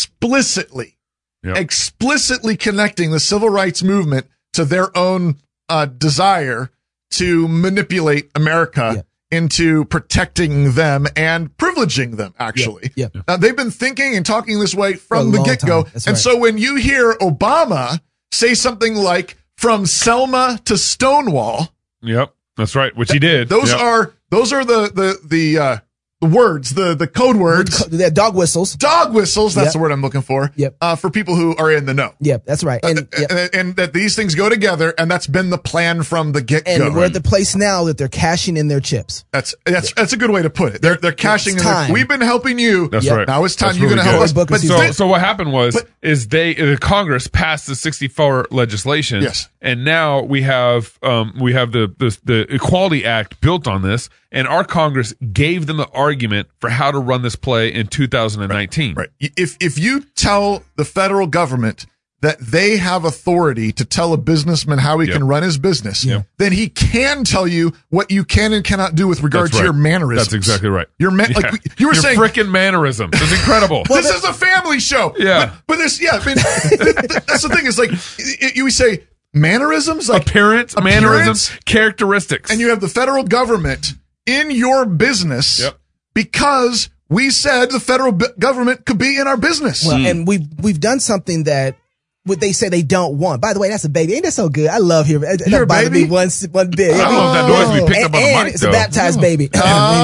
Speaker 4: explicitly
Speaker 1: Yep.
Speaker 4: explicitly connecting the civil rights movement to their own uh, desire to manipulate America into protecting them and privileging them, actually.
Speaker 2: Yeah,
Speaker 4: Now, they've been thinking and talking this way from
Speaker 2: For a
Speaker 4: the
Speaker 2: long
Speaker 4: get go.
Speaker 2: time. That's
Speaker 4: And
Speaker 2: right.
Speaker 4: so when you hear Obama say something like, from Selma to Stonewall,
Speaker 1: Yep. That's right. Which he did.
Speaker 4: those
Speaker 1: Yep.
Speaker 4: are those are the the the uh, the words, the the code words,
Speaker 2: They had dog whistles.
Speaker 4: dog whistles. That's
Speaker 2: Yep.
Speaker 4: the word I'm looking for.
Speaker 2: Yep.
Speaker 4: Uh, for people who are in the know.
Speaker 2: Yep, that's right. And, yep.
Speaker 4: and, and that these things go together, and that's been the plan from the get
Speaker 2: and we're
Speaker 4: go.
Speaker 2: at the place now that they're cashing in their chips.
Speaker 4: That's that's that's a good way to put it. They're they're cashing.
Speaker 2: It's
Speaker 4: in their-
Speaker 2: time.
Speaker 4: We've been helping you.
Speaker 1: That's
Speaker 2: Yep.
Speaker 1: right.
Speaker 4: Now it's time
Speaker 1: That's
Speaker 4: you're
Speaker 1: really
Speaker 4: going to help
Speaker 1: good.
Speaker 4: us.
Speaker 2: Book is
Speaker 4: But
Speaker 2: useful.
Speaker 1: So,
Speaker 4: thi-
Speaker 1: so what happened was
Speaker 4: but-
Speaker 1: is they uh, the Congress passed the 64 legislation.
Speaker 4: Yes.
Speaker 1: And now we have um we have the the, the Equality Act built on this, and our Congress gave them the argument for how to run this play in 2019.
Speaker 4: right. If if you tell the federal government that they have authority to tell a businessman how he
Speaker 1: Yep.
Speaker 4: can run his business,
Speaker 1: Yep.
Speaker 4: then he can tell you what you can and cannot do with regard
Speaker 1: That's
Speaker 4: to your
Speaker 1: right.
Speaker 4: mannerisms.
Speaker 1: That's exactly right.
Speaker 4: Your man,
Speaker 1: Yeah.
Speaker 4: like you were
Speaker 1: Your
Speaker 4: saying,
Speaker 1: frickin' mannerisms. It's incredible.
Speaker 4: this is a family show.
Speaker 1: Yeah.
Speaker 4: But, but there's, yeah, I mean, th- th- that's the thing. It's like, y- you say mannerisms, like
Speaker 1: appearance, mannerisms, characteristics.
Speaker 4: and you have the federal government in your business
Speaker 1: Yep.
Speaker 4: because we said the federal bu- government could be in our business. Mm.
Speaker 2: Well,
Speaker 1: Mm.
Speaker 2: and we've we've done something that what they say they don't want. By the way, that's a baby. Ain't that so good? I love hearing that.
Speaker 4: You're a
Speaker 2: That bothered me
Speaker 4: baby?
Speaker 2: one s- one bit.
Speaker 1: I love that noise we picked up on the
Speaker 2: and, and
Speaker 1: mic,
Speaker 2: It's
Speaker 1: though.
Speaker 2: a baptized baby.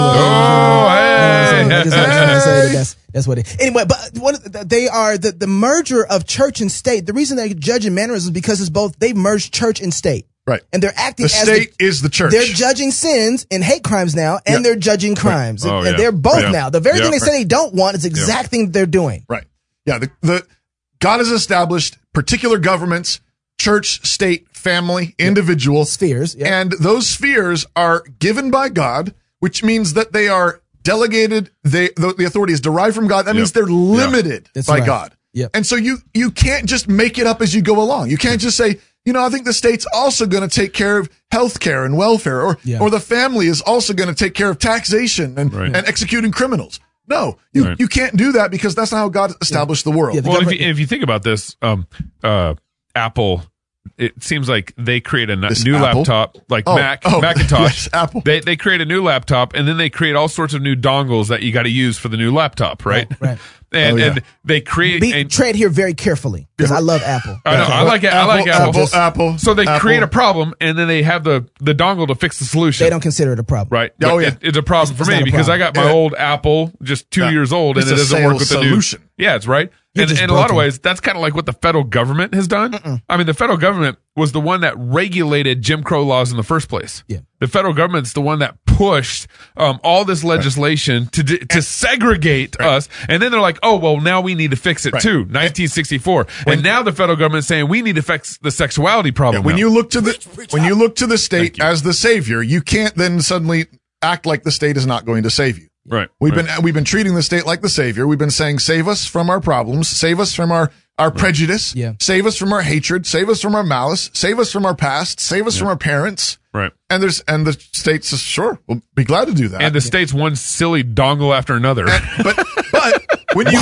Speaker 1: oh, hey.
Speaker 2: I just wanted to say that
Speaker 4: Hey.
Speaker 2: that's, that's what it is. Anyway, but one of the, they are the, the merger of church and state. The reason they're judging mannerisms is because it's both, they've merged church and state.
Speaker 4: Right.
Speaker 2: And they're acting
Speaker 4: the
Speaker 2: as
Speaker 4: state is the church.
Speaker 2: They're judging sins and hate crimes now, and they're judging crimes.
Speaker 1: Oh,
Speaker 2: and
Speaker 1: yeah.
Speaker 2: they're both
Speaker 1: Yeah.
Speaker 2: now. The very
Speaker 1: Yeah.
Speaker 2: thing they say they don't want is the exact thing they're doing.
Speaker 4: right. Yeah. The, the God has established particular governments, church, state, family, individual
Speaker 2: Spheres. yeah.
Speaker 4: And those spheres are given by God, which means that they are delegated. They the, the authority is derived from God. That means they're limited
Speaker 2: That's
Speaker 4: by
Speaker 2: right.
Speaker 4: God.
Speaker 2: Yep.
Speaker 4: And so you you can't just make it up as you go along. You can't just say, you know, I think the state's also going to take care of health care and welfare, or
Speaker 2: Yeah.
Speaker 4: or the family is also going to take care of taxation and
Speaker 1: Right.
Speaker 4: and executing criminals. No, you
Speaker 1: Right.
Speaker 4: you can't do that because that's not how God established the world.
Speaker 2: Yeah, the
Speaker 1: well, if
Speaker 2: government-
Speaker 1: you, if you think about this, um, uh, Apple, it seems like they create a
Speaker 4: This
Speaker 1: new
Speaker 4: Apple?
Speaker 1: laptop, like
Speaker 4: Oh,
Speaker 1: Mac,
Speaker 4: oh,
Speaker 1: Macintosh.
Speaker 4: yes, Apple.
Speaker 1: They they create a new laptop, and then they create all sorts of new dongles that you got to use for the new laptop, right?
Speaker 2: right.
Speaker 1: And
Speaker 4: Oh, yeah.
Speaker 1: and they create.
Speaker 2: Be,
Speaker 1: a-
Speaker 2: tread here very carefully because I love Apple.
Speaker 1: I know, I like it. I like Apple.
Speaker 4: Apple, Apple,
Speaker 1: so they
Speaker 4: Apple.
Speaker 1: create a problem, and then they have the the dongle to fix the solution.
Speaker 2: They don't consider it a problem.
Speaker 1: Right. But
Speaker 4: Oh, yeah.
Speaker 1: it- it's a problem for
Speaker 2: It's
Speaker 1: me
Speaker 2: not a
Speaker 1: because I
Speaker 2: problem.
Speaker 1: got my
Speaker 4: Yeah.
Speaker 1: old Apple, just two
Speaker 4: Yeah.
Speaker 1: years old,
Speaker 4: It's
Speaker 1: and
Speaker 4: a
Speaker 1: it doesn't work
Speaker 4: sales
Speaker 1: with the
Speaker 4: solution.
Speaker 1: new. Yeah, it's right.
Speaker 2: You're
Speaker 1: and
Speaker 2: just
Speaker 1: in a lot of
Speaker 2: broken.
Speaker 1: ways, that's kind of like what the federal government has done. I mean, the federal government was the one that regulated Jim Crow laws in the first place.
Speaker 2: Yeah.
Speaker 1: The federal government's the one that pushed um, all this legislation to d- to segregate us, and then they're like, "Oh, well, now we need to fix it too." 1964, and now the federal government's saying we need to fix the sexuality problem.
Speaker 4: when
Speaker 1: now.
Speaker 4: you look to the when you look to the state as the savior, you can't then suddenly act like the state is not going to save you.
Speaker 1: right,
Speaker 4: We've been we've been treating the state like the savior. We've been saying save us from our problems, save us from our our prejudice,
Speaker 2: Yeah.
Speaker 4: save us from our hatred, save us from our malice, save us from our past, save us from our parents.
Speaker 1: Right.
Speaker 4: And there's and the state says sure, we'll be glad to do that.
Speaker 1: and the state's one silly dongle after another.
Speaker 4: but but when you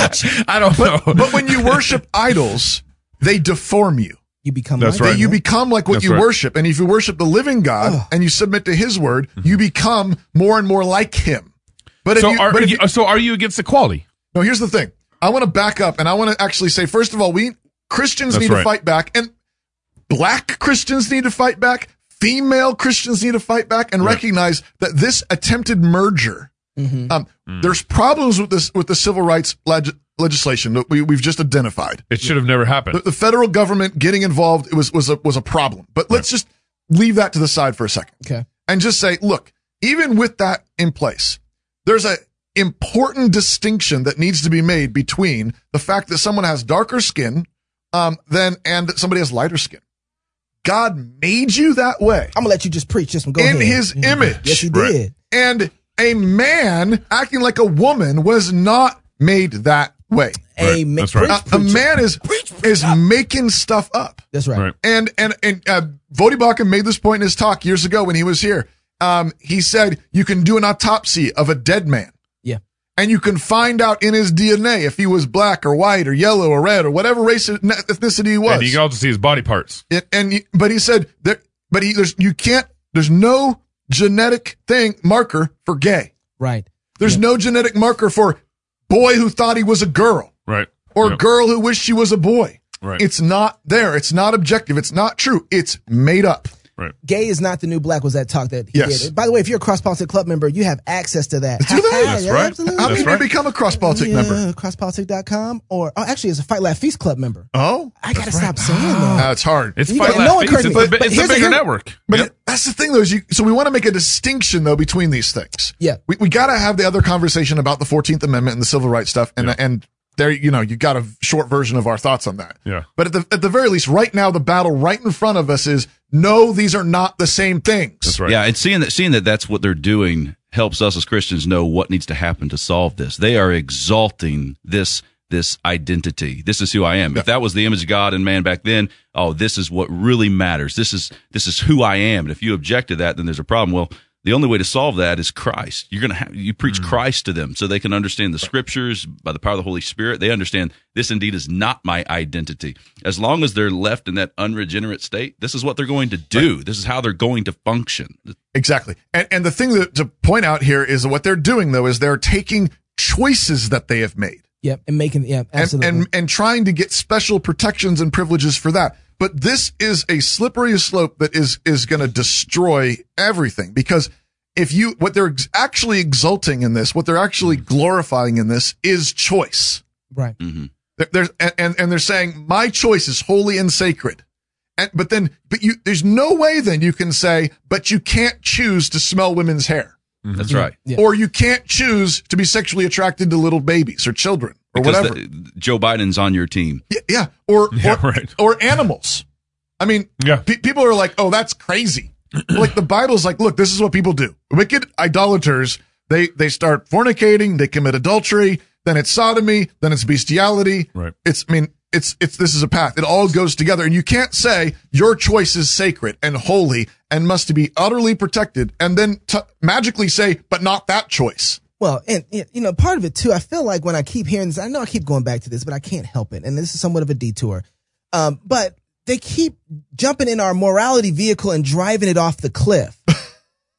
Speaker 1: I don't know.
Speaker 4: but, but when you worship idols, they deform you.
Speaker 2: You become
Speaker 1: That's
Speaker 4: That
Speaker 1: right.
Speaker 4: you become like what
Speaker 1: That's
Speaker 4: you
Speaker 1: right.
Speaker 4: worship. And if you worship the living God and you submit to his word, you become more and more like him. But if
Speaker 1: Mm-hmm. so
Speaker 4: you,
Speaker 1: are
Speaker 4: but if
Speaker 1: you, so are you against equality?
Speaker 4: no, here's the thing. I want to back up and I want to actually say, first of all, we Christians
Speaker 1: That's
Speaker 4: need to
Speaker 1: right.
Speaker 4: fight back and black Christians need to fight back. Female Christians need to fight back and recognize that this attempted merger, um,
Speaker 1: Mm.
Speaker 4: there's problems with this, with the civil rights leg- legislation that we, we've just identified.
Speaker 1: It should have never happened.
Speaker 4: The, the federal government getting involved was, was a, was a problem, but let's just leave that to the side for a second
Speaker 2: Okay.
Speaker 4: and just say, look, even with that in place, there's a important distinction that needs to be made between the fact that someone has darker skin um, than and that somebody has lighter skin. God made you that way
Speaker 2: I'm gonna let you just preach this one. Go
Speaker 4: in
Speaker 2: ahead.
Speaker 4: His
Speaker 2: Mhm.
Speaker 4: image,
Speaker 2: Yes, you
Speaker 1: Right.
Speaker 2: did.
Speaker 4: and a man acting like a woman was not made that way.
Speaker 2: Amen.
Speaker 1: That's right.
Speaker 4: Uh,
Speaker 2: Preach,
Speaker 4: a
Speaker 2: preach it.
Speaker 4: man is is making stuff up.
Speaker 2: That's right.
Speaker 1: Right.
Speaker 4: And and and uh, Vodi Bakum made this point in his talk years ago when he was here. Um, he said you can do an autopsy of a dead man,
Speaker 2: Yeah.
Speaker 4: and you can find out in his DNA if he was black or white or yellow or red or whatever race or na- ethnicity he was.
Speaker 1: And you can also see his body parts.
Speaker 4: It- and you- but he said there, but he, there's you can't. There's no genetic thing marker for gay.
Speaker 2: Right.
Speaker 4: There's no genetic marker for boy who thought he was a girl
Speaker 1: Right.
Speaker 4: or
Speaker 1: Yep.
Speaker 4: girl who wished she was a boy.
Speaker 1: Right.
Speaker 4: It's not there. It's not objective. It's not true. It's made up.
Speaker 1: Right.
Speaker 2: Gay is not the new black was that talk that he
Speaker 4: Yes.
Speaker 2: did. By the way, if you're a cross politic club member, you have access to that.
Speaker 4: Do they?
Speaker 1: That's
Speaker 2: yeah,
Speaker 1: right.
Speaker 2: Absolutely.
Speaker 4: How
Speaker 1: That's
Speaker 4: can
Speaker 1: right.
Speaker 4: you become a cross politic member?
Speaker 2: Yeah, crosspolitic.com or oh, actually it's a Fight Laugh Feast Club member.
Speaker 4: Oh, Ah.
Speaker 2: I gotta stop saying that.
Speaker 4: that's hard.
Speaker 1: It's
Speaker 2: You
Speaker 1: fight
Speaker 2: got- no
Speaker 1: last
Speaker 2: encouragement,
Speaker 1: It's, a,
Speaker 2: but- but
Speaker 1: it's a
Speaker 2: here's the-
Speaker 1: bigger
Speaker 2: here-
Speaker 1: network.
Speaker 4: but
Speaker 1: Yep.
Speaker 4: it- that's the thing, though. Is you, so we want to make a distinction, though, between these things.
Speaker 2: Yeah.
Speaker 4: we, we got to have the other conversation about the Fourteenth Amendment and the civil rights stuff, and and there, you know, you got a short version of our thoughts on that.
Speaker 1: Yeah.
Speaker 4: But at the at the very least, right now, the battle right in front of us is no, these are not the same things.
Speaker 1: That's right.
Speaker 6: Yeah, and seeing that seeing that that's what they're doing helps us as Christians know what needs to happen to solve this. They are exalting this this identity. This is who I am. If that was the image of God and man back then, oh, this is what really matters. This is this is who I am. And if you object to that, then there's a problem. Well, the only way to solve that is Christ. You're gonna have you
Speaker 2: Hmm.
Speaker 6: preach Christ to them so they can understand the scriptures by the power of the Holy Spirit. They understand this indeed is not my identity. As long as they're left in that unregenerate state, this is what they're going to do. This is how they're going to function.
Speaker 4: Exactly. And and the thing that, to point out here is that what they're doing though is they're taking choices that they have made
Speaker 2: Yep. And making yeah,
Speaker 4: and,
Speaker 2: absolutely.
Speaker 4: and and trying to get special protections and privileges for that. But this is a slippery slope that is is going to destroy everything because if you what they're ex- actually exalting in this, what they're actually glorifying in this is choice.
Speaker 2: right.
Speaker 4: There- There's and- and and they're saying my choice is holy and sacred. And, but then, but you, there's no way then you can say, but you can't choose to smell women's hair
Speaker 2: Mm-hmm.
Speaker 6: That's right.
Speaker 2: Yeah.
Speaker 4: or you can't choose to be sexually attracted to little babies or children or
Speaker 6: Because
Speaker 4: whatever.
Speaker 6: the- Joe Biden's on your team.
Speaker 4: Y- yeah, or
Speaker 1: Yeah,
Speaker 4: or,
Speaker 1: right.
Speaker 4: or animals. I mean,
Speaker 1: Yeah.
Speaker 4: pe- people are like, "Oh, that's crazy." like the Bible's like, "Look, this is what people do. Wicked idolaters, they they start fornicating, they commit adultery, then it's sodomy, then it's bestiality."
Speaker 1: Right.
Speaker 4: It's I mean, it's it's this is a path. It all goes together and you can't say your choice is sacred and holy and must be utterly protected and then t- magically say, "But not that choice."
Speaker 2: Well, and y- you know, part of it too, I feel like when I keep hearing this, I know I keep going back to this, but I can't help it. And this is somewhat of a detour. Um, but they keep jumping in our morality vehicle and driving it off the cliff.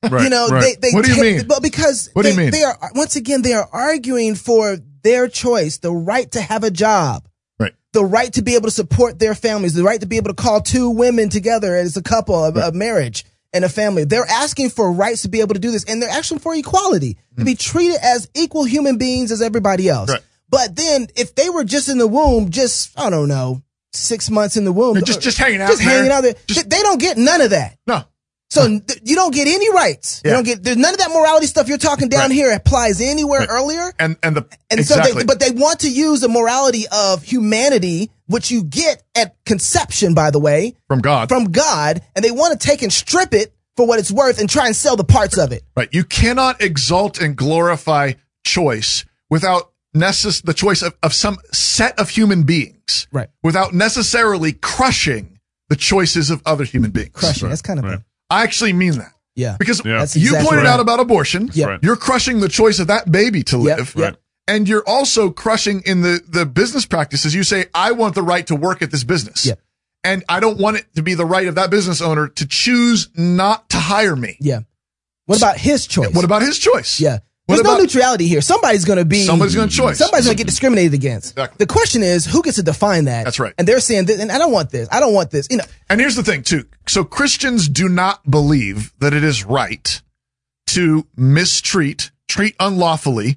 Speaker 1: Right.
Speaker 2: you know,
Speaker 1: right.
Speaker 2: they, they
Speaker 4: What do you
Speaker 2: take-
Speaker 4: mean?
Speaker 2: But because
Speaker 4: What do
Speaker 2: they,
Speaker 4: you mean?
Speaker 2: they are once again they are arguing for their choice, the right to have a job,
Speaker 4: Right.
Speaker 2: the right to be able to support their families, the right to be able to call two women together as a couple of a marriage and a family. They're asking for rights to be able to do this, and they're asking for equality to be treated as equal human beings as everybody else.
Speaker 4: Right.
Speaker 2: But then if they were just in the womb, just, I don't know, six months in the womb,
Speaker 4: They're just- just hanging out
Speaker 2: just
Speaker 4: there.
Speaker 2: hanging out there, th- they don't get none of that.
Speaker 4: No.
Speaker 2: So th- you don't get any rights.
Speaker 4: Yeah.
Speaker 2: You don't get there's none of that morality stuff you're talking down
Speaker 4: Right.
Speaker 2: here applies anywhere earlier.
Speaker 4: And and the
Speaker 2: And
Speaker 4: exactly.
Speaker 2: so they, but they want to use the morality of humanity, which you get at conception, by the way,
Speaker 4: from God.
Speaker 2: from God, and they want to take and strip it for what it's worth and try and sell the parts of it.
Speaker 4: Right. You cannot exalt and glorify choice without necess- the choice of, of some set of human beings.
Speaker 2: Right.
Speaker 4: Without necessarily crushing the choices of other human beings.
Speaker 2: Crushing. That's kind of
Speaker 1: Right.
Speaker 4: I actually mean that.
Speaker 2: yeah.
Speaker 4: Because
Speaker 2: That's
Speaker 4: you
Speaker 2: exactly
Speaker 4: pointed
Speaker 2: right.
Speaker 4: out about abortion.
Speaker 2: Yeah.
Speaker 1: right.
Speaker 4: You're crushing the choice of that baby to
Speaker 2: Yep,
Speaker 4: live.
Speaker 2: yep. Right.
Speaker 4: And you're also crushing in the, the business practices. You say, I want the right to work at this business.
Speaker 2: Yep.
Speaker 4: And I don't want it to be the right of that business owner to choose not to hire me.
Speaker 2: Yeah. What about his choice?
Speaker 4: What about his choice?
Speaker 2: Yeah.
Speaker 4: What
Speaker 2: There's
Speaker 4: about
Speaker 2: no neutrality here. Somebody's going to be
Speaker 4: Somebody's gonna choice.
Speaker 2: Somebody's going to get discriminated against.
Speaker 4: Exactly.
Speaker 2: The question is, who gets to define that?
Speaker 4: That's right.
Speaker 2: And they're saying, that, and I don't want this. I don't want this. You know,
Speaker 4: And here's the thing, too. So Christians do not believe that it is right to mistreat, treat unlawfully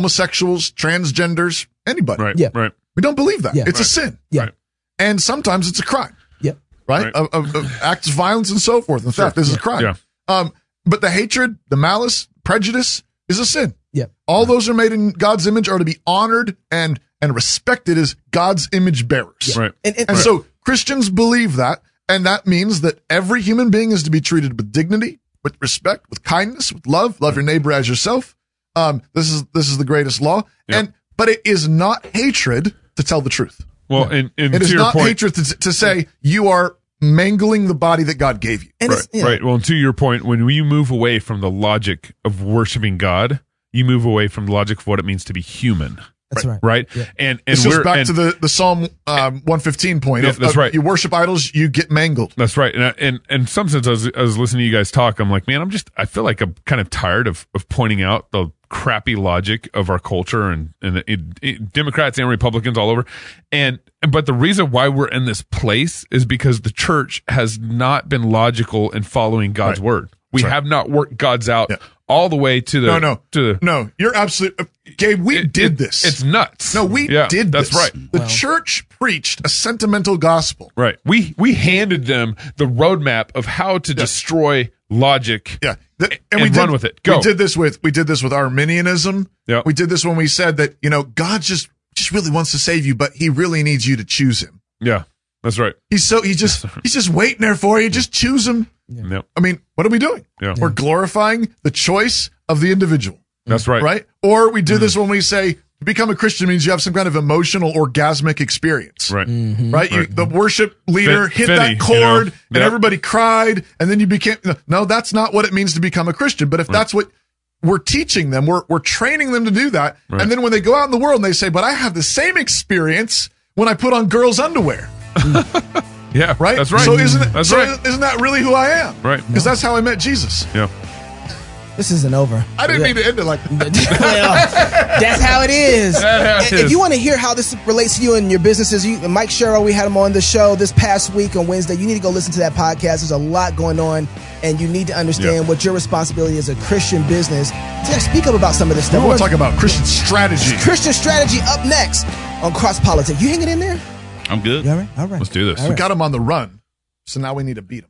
Speaker 4: homosexuals, transgenders, anybody.
Speaker 1: Right.
Speaker 2: Yeah.
Speaker 1: Right.
Speaker 4: We don't believe that.
Speaker 2: Yeah.
Speaker 4: It's a sin.
Speaker 2: Yeah.
Speaker 1: Right.
Speaker 4: And sometimes it's a crime,
Speaker 2: yep.
Speaker 4: right?
Speaker 1: Right.
Speaker 4: Of, of, of acts of violence and so forth and theft. This is a crime.
Speaker 1: Yeah.
Speaker 4: Um, but the hatred, the malice, prejudice is a sin.
Speaker 2: Yep.
Speaker 4: All those are made in God's image are to be honored and and respected as God's image bearers.
Speaker 1: Right.
Speaker 2: And, and,
Speaker 4: And so Christians believe that, and that means that every human being is to be treated with dignity, with respect, with kindness, with love. Love your neighbor as yourself. Um, this is this is the greatest law. And but it is not hatred to tell the truth.
Speaker 1: Well, and, and
Speaker 4: It
Speaker 1: to
Speaker 4: is
Speaker 1: your
Speaker 4: not
Speaker 1: point,
Speaker 4: hatred to, to say you are mangling the body that God gave you.
Speaker 2: and
Speaker 1: right,
Speaker 2: it's, you know,
Speaker 1: right. Well, and to your point, when you move away from the logic of worshiping God, you move away from the logic of what it means to be human,
Speaker 2: That's right.
Speaker 1: right? And and
Speaker 4: This goes
Speaker 1: we're
Speaker 4: back
Speaker 1: and-
Speaker 4: to the, the Psalm um, one fifteen point.
Speaker 1: Yeah,
Speaker 4: of-
Speaker 1: that's
Speaker 4: of
Speaker 1: right.
Speaker 4: You worship idols, you get mangled.
Speaker 1: That's right. And I, and and in some sense, I was, I was listening to you guys talk. I'm like, man, I'm just I feel like I'm kind of tired of of pointing out the crappy logic of our culture and and the, it, it- Democrats and Republicans all over. And but the reason why we're in this place is because the church has not been logical in following God's
Speaker 4: Right.
Speaker 1: word. We
Speaker 4: right.
Speaker 1: have not worked God's out
Speaker 4: Yeah.
Speaker 1: all the way to the
Speaker 4: No, no,
Speaker 1: to the,
Speaker 4: no. You're absolutely, Gabe. We
Speaker 1: It-
Speaker 4: did
Speaker 1: it-
Speaker 4: this.
Speaker 1: It's nuts.
Speaker 4: No, we
Speaker 1: Yeah,
Speaker 4: did
Speaker 1: That's
Speaker 4: this.
Speaker 1: right.
Speaker 4: The church preached a sentimental gospel.
Speaker 1: Right. We we handed them the roadmap of how to destroy logic.
Speaker 4: Yeah. Th-
Speaker 1: And
Speaker 4: we did,
Speaker 1: run with it. Go.
Speaker 4: We did this with we did this with Arminianism.
Speaker 1: Yeah.
Speaker 4: We did this when we said that, you know, God just just really wants to save you, but he really needs you to choose him.
Speaker 1: Yeah. That's right.
Speaker 4: He's so he just he's just waiting there for you. Just choose him.
Speaker 1: Yep.
Speaker 4: I mean, what are we doing?
Speaker 1: Yeah.
Speaker 4: We're glorifying the choice of the individual.
Speaker 1: That's right. Mm-hmm.
Speaker 4: Right. Or we do this when we say to become a Christian means you have some kind of emotional orgasmic experience.
Speaker 1: Mm-hmm. Right.
Speaker 4: right? You, the worship leader
Speaker 1: Fin-
Speaker 4: hit
Speaker 1: Finney,
Speaker 4: that
Speaker 1: you know?
Speaker 4: chord, and
Speaker 1: Yep.
Speaker 4: everybody cried, and then you became. No, that's not what it means to become a Christian. But if that's what we're teaching them, we're we're training them to do that,
Speaker 1: Right.
Speaker 4: and then when they go out in the world and they say, "But I have the same experience when I put on girls' underwear,"
Speaker 1: Yeah.
Speaker 4: right?
Speaker 1: That's right.
Speaker 4: So isn't it,
Speaker 1: That's
Speaker 4: so
Speaker 1: right.
Speaker 4: Isn't that really who I am?
Speaker 1: Right.
Speaker 4: Because that's how I met Jesus.
Speaker 1: Yeah.
Speaker 2: this isn't over.
Speaker 4: I didn't mean to end it like that.
Speaker 2: well, that's how it is.
Speaker 1: That's how it
Speaker 2: And
Speaker 1: is.
Speaker 2: If you want to hear how this relates to you and your businesses, you, Mike Sherrill, we had him on the show this past week on Wednesday. You need to go listen to that podcast. There's a lot going on, and you need to understand
Speaker 1: Yeah.
Speaker 2: what your responsibility as a Christian business. To speak up about some of this
Speaker 4: We
Speaker 2: stuff.
Speaker 4: want to
Speaker 2: We're-
Speaker 4: talk about Christian strategy.
Speaker 2: Christian strategy up next on Cross Politics. You hanging in there?
Speaker 6: I'm good.
Speaker 2: You all right? All right.
Speaker 1: Let's do this.
Speaker 2: All
Speaker 4: We
Speaker 2: right.
Speaker 4: got him on the run, so now we need to beat him.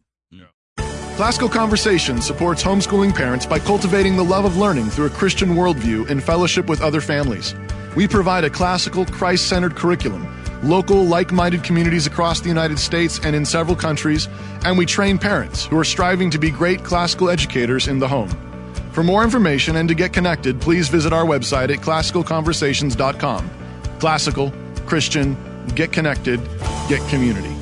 Speaker 4: Classical Conversation supports homeschooling parents by cultivating the love of learning through a Christian worldview in fellowship with other families. We provide a classical, Christ centered curriculum, local, like minded communities across the United States and in several countries, and we train parents who are striving to be great classical educators in the home. For more information and to get connected, please visit our website at classicalconversations.com. Classical, Christian, get connected, get community.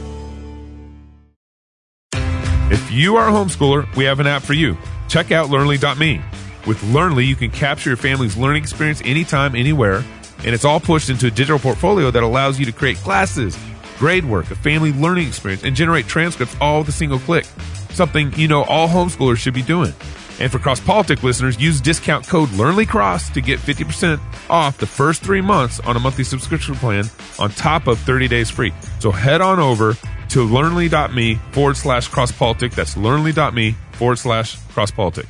Speaker 1: If you are a homeschooler, we have an app for you. Check out learnly.me. With Learnly, you can capture your family's learning experience anytime, anywhere, and it's all pushed into a digital portfolio that allows you to create classes, grade work, a family learning experience, and generate transcripts all with a single click. Something you know all homeschoolers should be doing. And for Cross Politic listeners, use discount code LearnlyCross to get 50% off the first three months on a monthly subscription plan on top of 30 days free. So head on over to learnly.me forward slash cross politic. That's learnly.me forward slash cross politic.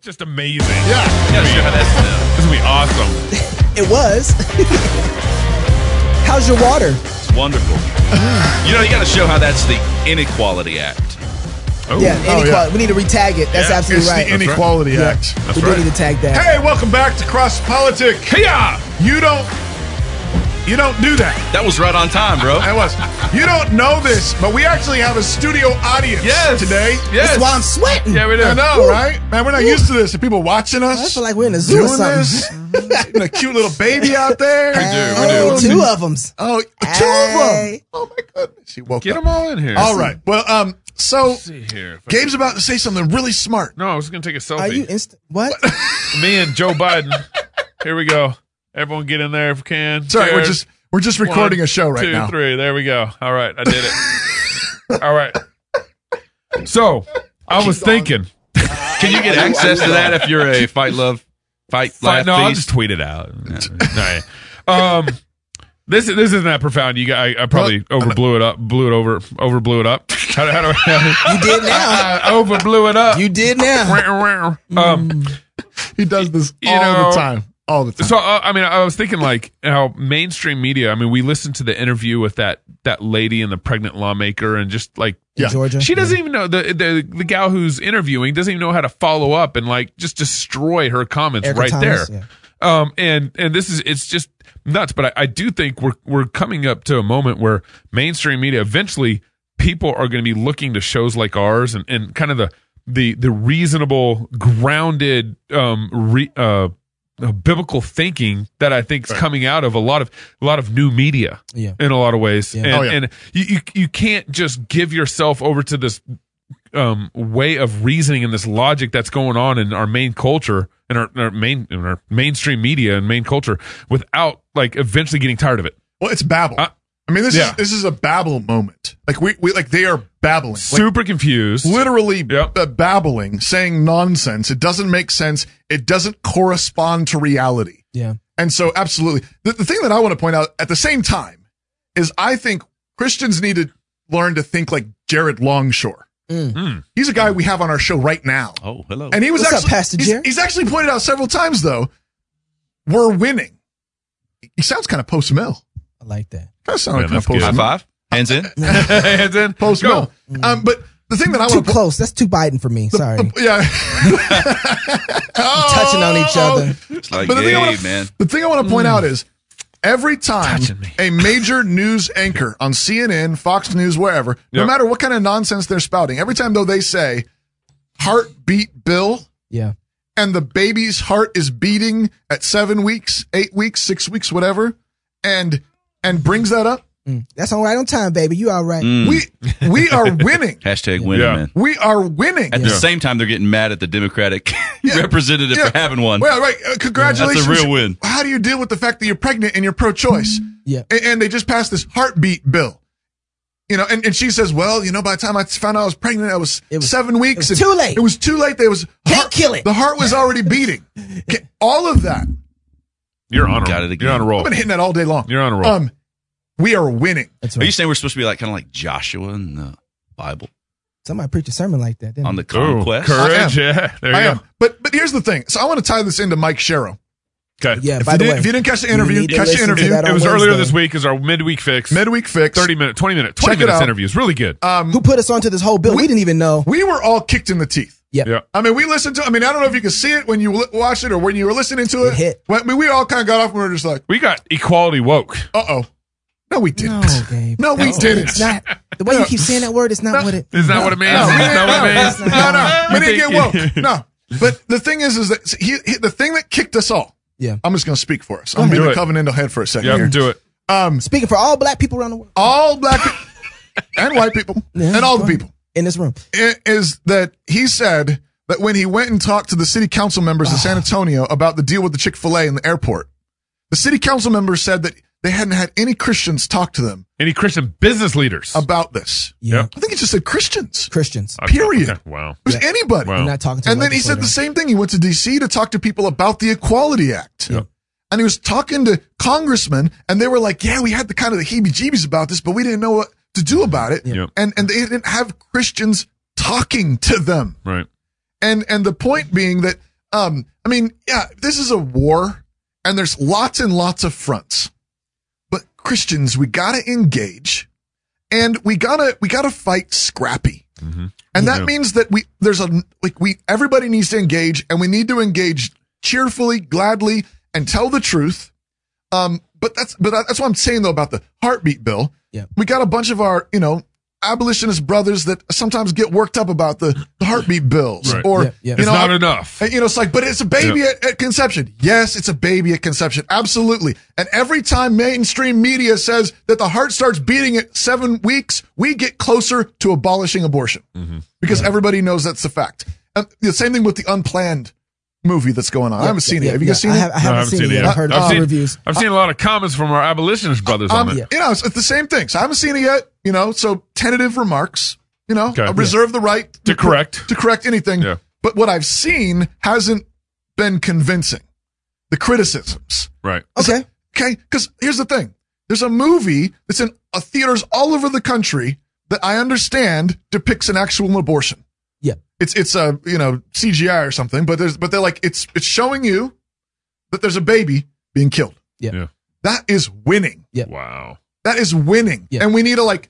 Speaker 1: just amazing.
Speaker 4: Yeah.
Speaker 6: Yeah, sure, how that's-
Speaker 1: This would be awesome.
Speaker 2: It was. How's your water?
Speaker 6: It's wonderful.
Speaker 2: Mm.
Speaker 6: You know, you got to show how that's the Inequality Act.
Speaker 1: Oh,
Speaker 2: Yeah,
Speaker 4: Oh,
Speaker 2: inequality.
Speaker 4: yeah.
Speaker 2: We need to retag it. That's
Speaker 1: Yeah,
Speaker 2: absolutely
Speaker 4: It's
Speaker 2: right.
Speaker 4: the Inequality
Speaker 2: Yeah.
Speaker 4: Act.
Speaker 2: we
Speaker 1: right.
Speaker 2: do need to tag that.
Speaker 4: Hey, welcome back to Cross Politic.
Speaker 1: Kia!
Speaker 4: You don't you don't do that.
Speaker 6: That was right on time, bro.
Speaker 4: I was. You don't know this, but we actually have a studio audience
Speaker 1: Yes.
Speaker 4: today.
Speaker 1: Yes.
Speaker 2: That's why I'm sweating.
Speaker 1: Yeah, we do.
Speaker 4: I know, right? Man, we're not used to this. The people watching us.
Speaker 2: I feel like we're in a zoo or
Speaker 4: doing
Speaker 2: something.
Speaker 4: this. and a cute little baby out there.
Speaker 2: oh, two of them.
Speaker 4: Oh, two
Speaker 2: Hey.
Speaker 4: of them. Oh my goodness. She woke
Speaker 1: Get
Speaker 4: up.
Speaker 1: them all in here.
Speaker 4: All right. Well, um, so
Speaker 1: Let's see here. If I-
Speaker 4: Gabe's about to say something really smart.
Speaker 1: No, I was going to take a selfie.
Speaker 2: Are you instant? What?
Speaker 1: Me and Joe Biden. Here we go. Everyone get in there if you can.
Speaker 4: Sorry, we're
Speaker 1: Cheers.
Speaker 4: just we're just recording
Speaker 1: One,
Speaker 4: a show right
Speaker 1: two,
Speaker 4: now.
Speaker 1: three. There we go. All right, I did it. All right. So I was thinking.
Speaker 6: Can you get access to that if you're a Fight Love, Fight,
Speaker 1: Fine,
Speaker 6: Laugh,
Speaker 1: no, I'll
Speaker 6: Feast?
Speaker 1: just tweet it out. All right. Um, this this isn't that profound. You guys, I, I probably overblew it up, blew it over, overblew it up. How, do- how do I?
Speaker 2: You did now.
Speaker 1: I overblew it up.
Speaker 2: You did now.
Speaker 1: um,
Speaker 4: He does this
Speaker 1: You
Speaker 4: all
Speaker 1: know-
Speaker 4: the time. All the time.
Speaker 1: so uh, I mean, I was thinking like how mainstream media. I mean, we listened to the interview with that that lady and the pregnant lawmaker, and just like
Speaker 4: yeah.
Speaker 2: Georgia.
Speaker 1: She doesn't even know the, the the gal who's interviewing doesn't even know how to follow up and like just destroy her comments
Speaker 2: Erica
Speaker 1: right
Speaker 2: Thomas,
Speaker 1: there. Um and and this is it's just nuts. But I, I do think we're we're coming up to a moment where mainstream media eventually people are going to be looking to shows like ours and, and kind of the the the reasonable grounded um re, uh uh, biblical thinking that I think is coming out of a lot of a lot of new media
Speaker 2: Yeah.
Speaker 1: in a lot of ways. And,
Speaker 4: Oh, yeah.
Speaker 1: and you, you you can't just give yourself over to this um, way of reasoning and this logic that's going on in our main culture and our, in our main in our mainstream media and main culture without like eventually getting tired of it.
Speaker 4: Well, it's Babel.
Speaker 1: Uh,
Speaker 4: I mean, this
Speaker 1: yeah.
Speaker 4: is this is a Babel moment. Like we, we like they are babbling, like,
Speaker 1: Super confused.
Speaker 4: literally
Speaker 1: Yep.
Speaker 4: b- babbling, saying nonsense. It doesn't make sense. It doesn't correspond to reality.
Speaker 2: Yeah.
Speaker 4: And so, absolutely, the, the thing that I want to point out at the same time is I think Christians need to learn to think like Jared Longshore.
Speaker 1: Mm.
Speaker 4: He's a guy we have on our show right now.
Speaker 6: Oh, hello.
Speaker 4: And he was
Speaker 2: What's up,
Speaker 4: actually
Speaker 2: Pastor
Speaker 4: he's,
Speaker 2: Jared?
Speaker 4: he's actually pointed out several times though, we're winning. He sounds kind of post mill.
Speaker 2: I like that.
Speaker 4: Kind of sound like
Speaker 1: Man, that's
Speaker 4: kind
Speaker 1: good.
Speaker 4: of
Speaker 6: High
Speaker 4: post mill.
Speaker 6: five. Hands in.
Speaker 1: and then
Speaker 4: Post
Speaker 1: go.
Speaker 4: mill. Um,
Speaker 6: Mm.
Speaker 4: but the thing that I
Speaker 2: Too
Speaker 4: want to
Speaker 2: close. That's too Biden for me. Sorry.
Speaker 4: yeah,
Speaker 2: touching on each other.
Speaker 6: It's like,
Speaker 4: But the thing, I
Speaker 6: hey,
Speaker 4: wanna,
Speaker 6: man.
Speaker 4: the thing I want to
Speaker 2: Mm.
Speaker 4: point out is every time a major news anchor on CNN, Fox News, wherever, no
Speaker 1: Yep.
Speaker 4: matter what kind of nonsense they're spouting, every time though they say heartbeat bill
Speaker 2: Yeah.
Speaker 4: and the baby's heart is beating at seven weeks, eight weeks, six weeks, whatever, and and brings that up,
Speaker 2: Mm. That's all right on time, baby. You all right.
Speaker 4: Mm.
Speaker 6: Hmm.
Speaker 4: we we are winning.
Speaker 6: Hashtag winner,
Speaker 1: Yeah.
Speaker 6: man.
Speaker 4: We are winning.
Speaker 6: At the same time, they're getting mad at the Democratic representative
Speaker 4: Yeah.
Speaker 6: for having one.
Speaker 4: Well, right. uh, congratulations.
Speaker 6: That's a real win. Hmm.
Speaker 4: How do you deal with the fact that you're pregnant and you're pro-choice?
Speaker 2: Yeah.
Speaker 4: A- And, they just passed this heartbeat bill. You know, and, and she says, well, you know, by the time I found out I was pregnant, I was,
Speaker 2: It was-
Speaker 4: seven
Speaker 2: it
Speaker 4: weeks.
Speaker 2: was
Speaker 4: and
Speaker 2: too late.
Speaker 4: It was too late. There was
Speaker 2: Can't kill it.
Speaker 4: The heart was already beating. Okay, All of that.
Speaker 1: You're on a
Speaker 6: Got
Speaker 1: roll.
Speaker 6: it again.
Speaker 1: You're on a
Speaker 4: I've
Speaker 1: roll.
Speaker 4: been hitting that all day long.
Speaker 1: You're on a roll.
Speaker 4: Um, we are winning.
Speaker 2: That's
Speaker 6: Are you
Speaker 2: right.
Speaker 6: saying we're supposed to be like kind of like Joshua in the Bible
Speaker 2: Somebody preach a sermon like that. Didn't
Speaker 6: on the
Speaker 1: Ooh,
Speaker 6: conquest?
Speaker 1: courage. Yeah. There you
Speaker 4: I
Speaker 1: go.
Speaker 4: am. But but here's the thing. So I want to tie this into Mike Sherrow.
Speaker 1: Okay.
Speaker 2: they? Yeah.
Speaker 4: If,
Speaker 2: By
Speaker 4: you,
Speaker 2: the
Speaker 4: did,
Speaker 2: way,
Speaker 4: if you didn't catch the interview,
Speaker 2: need to
Speaker 4: catch the
Speaker 2: listen to
Speaker 4: interview.
Speaker 2: that
Speaker 1: It was
Speaker 2: on
Speaker 1: earlier
Speaker 2: Wednesday.
Speaker 1: this week is our midweek fix.
Speaker 4: Midweek fix.
Speaker 1: 30 minute, 20 minute,
Speaker 4: Check
Speaker 1: 20
Speaker 4: it
Speaker 1: minutes
Speaker 4: out. Uh,
Speaker 1: interviews. Really good.
Speaker 2: who put us onto this whole bill? We, didn't even know.
Speaker 4: We were all kicked in the teeth.
Speaker 2: Yep.
Speaker 1: yeah.
Speaker 4: I mean, we listened to. I mean, I don't know if you could see it when you li- watched it or when you were listening to it.
Speaker 2: It hit.
Speaker 4: Well, I mean, we all kind of got off and we were just like,
Speaker 1: We got equality woke.
Speaker 4: "Uh oh, no, we didn't.
Speaker 2: No, Gabe.
Speaker 4: No, we
Speaker 2: That's-
Speaker 4: didn't.
Speaker 2: Oh, It's not the way you keep saying that word. It's not what it.
Speaker 1: Is that what it means?
Speaker 4: No, we
Speaker 1: Is
Speaker 4: didn't.
Speaker 1: that what it
Speaker 4: No,
Speaker 1: means?
Speaker 4: no, no, we didn't
Speaker 1: You think-
Speaker 4: get woke. No, but the thing is, is that he, he- the thing that kicked us all.
Speaker 2: Yeah.
Speaker 4: I'm just going to speak for us. I'm being
Speaker 1: Do
Speaker 4: the
Speaker 1: it.
Speaker 4: covenantal head for a second
Speaker 1: Yeah,
Speaker 4: here.
Speaker 1: do it.
Speaker 2: Speaking for all black people around the world
Speaker 4: All black pe- and white people
Speaker 2: Yeah,
Speaker 4: and all the
Speaker 2: go ahead.
Speaker 4: people
Speaker 2: in this room.
Speaker 4: i- is that he said that when he went and talked to the city council members in
Speaker 1: Ah.
Speaker 4: San Antonio about the deal with the Chick fil A in the airport, the city council members said that they hadn't had any Christians talk to them
Speaker 1: Any Christian business leaders?
Speaker 4: about this.
Speaker 2: Yeah.
Speaker 1: Yep.
Speaker 4: I think he just said Christians.
Speaker 2: Christians.
Speaker 1: Okay,
Speaker 4: Period.
Speaker 1: okay, Wow.
Speaker 4: It was anybody.
Speaker 1: Wow.
Speaker 2: We're not talking to.
Speaker 4: And then he said the
Speaker 2: legislators.
Speaker 4: same thing. He went to D.C. to talk to people about the Equality Act. And he was talking to congressmen, and they were like, "Yeah, we had the kind of the heebie-jeebies about this, but we didn't know what to do about it."
Speaker 1: Yep.
Speaker 4: And and they didn't have Christians talking to them.
Speaker 1: Right.
Speaker 4: And and the point being that Um, I mean, yeah, this is a war, and there's lots and lots of fronts. But Christians, we gotta engage, and we gotta we gotta fight scrappy.
Speaker 1: Mm-hmm.
Speaker 4: And that means that we there's a like we everybody needs to engage, and we need to engage cheerfully, gladly, and tell the truth. Um, but that's but that's what I'm saying though about the heartbeat bill.
Speaker 2: Yeah.
Speaker 4: we got a bunch of our you know abolitionist brothers that sometimes get worked up about the, the heartbeat bills
Speaker 1: Right.
Speaker 4: or
Speaker 2: Yeah, yeah.
Speaker 4: you
Speaker 1: It's
Speaker 4: know
Speaker 1: not enough.
Speaker 4: and, you know, it's like, but it's a baby at, at conception. Yes, it's a baby at conception. Absolutely. And every time mainstream media says that the heart starts beating at seven weeks, we get closer to abolishing abortion
Speaker 2: Mm-hmm.
Speaker 4: because everybody knows that's the fact. And the same thing with the unplanned movie that's going on. I haven't seen it. Have you guys seen
Speaker 2: I
Speaker 4: it?
Speaker 2: have, I
Speaker 1: No,
Speaker 2: haven't seen, it yet. I've heard
Speaker 4: I've
Speaker 2: all
Speaker 4: seen-
Speaker 2: the reviews.
Speaker 1: I've seen a lot of comments from our abolitionist brothers on
Speaker 4: Um,
Speaker 1: it.
Speaker 4: You know, it's, it's the same thing. So I haven't seen it yet. You know, so tentative remarks. You know, I reserve the right
Speaker 1: To correct.
Speaker 4: to correct anything.
Speaker 1: Yeah.
Speaker 4: But what I've seen hasn't been convincing. The criticisms.
Speaker 1: Right.
Speaker 2: Okay.
Speaker 4: Okay, because here's the thing: there's a movie that's in uh, theaters all over the country that I understand depicts an actual abortion.
Speaker 2: Yeah.
Speaker 4: It's it's a you know CGI or something, but there's but they're like it's it's showing you that there's a baby being killed.
Speaker 2: Yeah.
Speaker 1: Yeah.
Speaker 4: That is winning.
Speaker 1: Wow.
Speaker 4: That is winning.
Speaker 2: Yeah.
Speaker 4: And we need a, like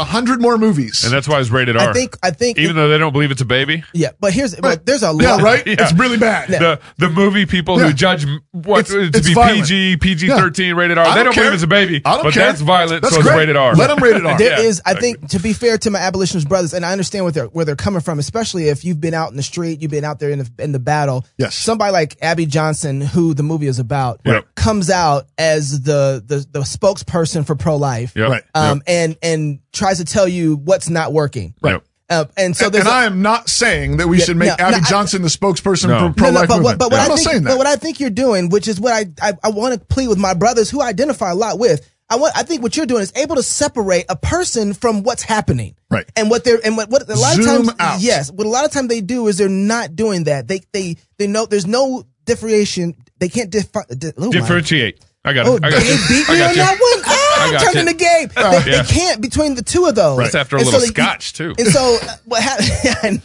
Speaker 4: a hundred more movies.
Speaker 1: And that's why it's rated R.
Speaker 2: I think. I think.
Speaker 1: Even though they don't believe it's a baby.
Speaker 2: yeah, but here's. But
Speaker 4: Right.
Speaker 2: there's a lot.
Speaker 4: yeah, right.
Speaker 1: Yeah.
Speaker 4: It's really bad.
Speaker 1: The the movie people
Speaker 4: Yeah.
Speaker 1: who judge m- what
Speaker 4: It's-
Speaker 1: to
Speaker 4: it's
Speaker 1: be
Speaker 4: violent.
Speaker 1: PG, PG thirteen, rated R.
Speaker 4: I
Speaker 1: They don't
Speaker 4: care.
Speaker 1: believe it's a baby.
Speaker 4: I don't
Speaker 1: but
Speaker 4: care.
Speaker 1: that's violent,
Speaker 4: That's
Speaker 1: so it's
Speaker 4: great.
Speaker 1: rated R.
Speaker 4: Let them rated R.
Speaker 2: There is,
Speaker 1: Yeah,
Speaker 2: I think, to be fair to my abolitionist brothers, and I understand what they're, where they're coming from, especially if you've been out in the street, you've been out there in the, in the battle.
Speaker 4: Yes.
Speaker 2: Somebody like Abby Johnson, who the movie is about,
Speaker 1: Yep.
Speaker 2: comes out as the, the, the spokesperson for pro life.
Speaker 1: Yep.
Speaker 4: Right.
Speaker 2: Um, and, and tries to tell you what's not working.
Speaker 1: Right.
Speaker 2: Uh, and so there's
Speaker 4: and
Speaker 2: a-
Speaker 4: I am not saying that we
Speaker 2: Yeah,
Speaker 4: should make
Speaker 2: no, no,
Speaker 4: Abby
Speaker 2: I-
Speaker 4: Johnson the spokesperson
Speaker 1: No.
Speaker 4: for pro life
Speaker 2: but
Speaker 4: movement.
Speaker 2: What, but what
Speaker 4: I'm
Speaker 2: I
Speaker 4: not
Speaker 2: think,
Speaker 4: saying that.
Speaker 2: But what I think you're doing, which is what I I, I want to plead with my brothers who I identify a lot with. I want I think what you're doing is able to separate a person from what's happening.
Speaker 4: Right.
Speaker 2: And what they're and what, what a lot
Speaker 4: Zoom
Speaker 2: of times
Speaker 4: out.
Speaker 2: yes, what a lot of time they do is they're not doing that. They they they know there's no differentiation. They can't differ, di- oh my-
Speaker 1: Differentiate. I got it.
Speaker 2: Oh,
Speaker 1: I got
Speaker 2: they
Speaker 1: you.
Speaker 2: beat
Speaker 1: I
Speaker 2: me
Speaker 1: got
Speaker 2: on
Speaker 1: you.
Speaker 2: that one. Ah,
Speaker 1: I got
Speaker 2: turning
Speaker 1: you. Oh,
Speaker 2: the game. They,
Speaker 1: Yeah.
Speaker 2: they can't between the two of those.
Speaker 1: Let's after a
Speaker 2: And
Speaker 1: little
Speaker 2: they-
Speaker 1: scotch, too.
Speaker 2: And so uh, what happened?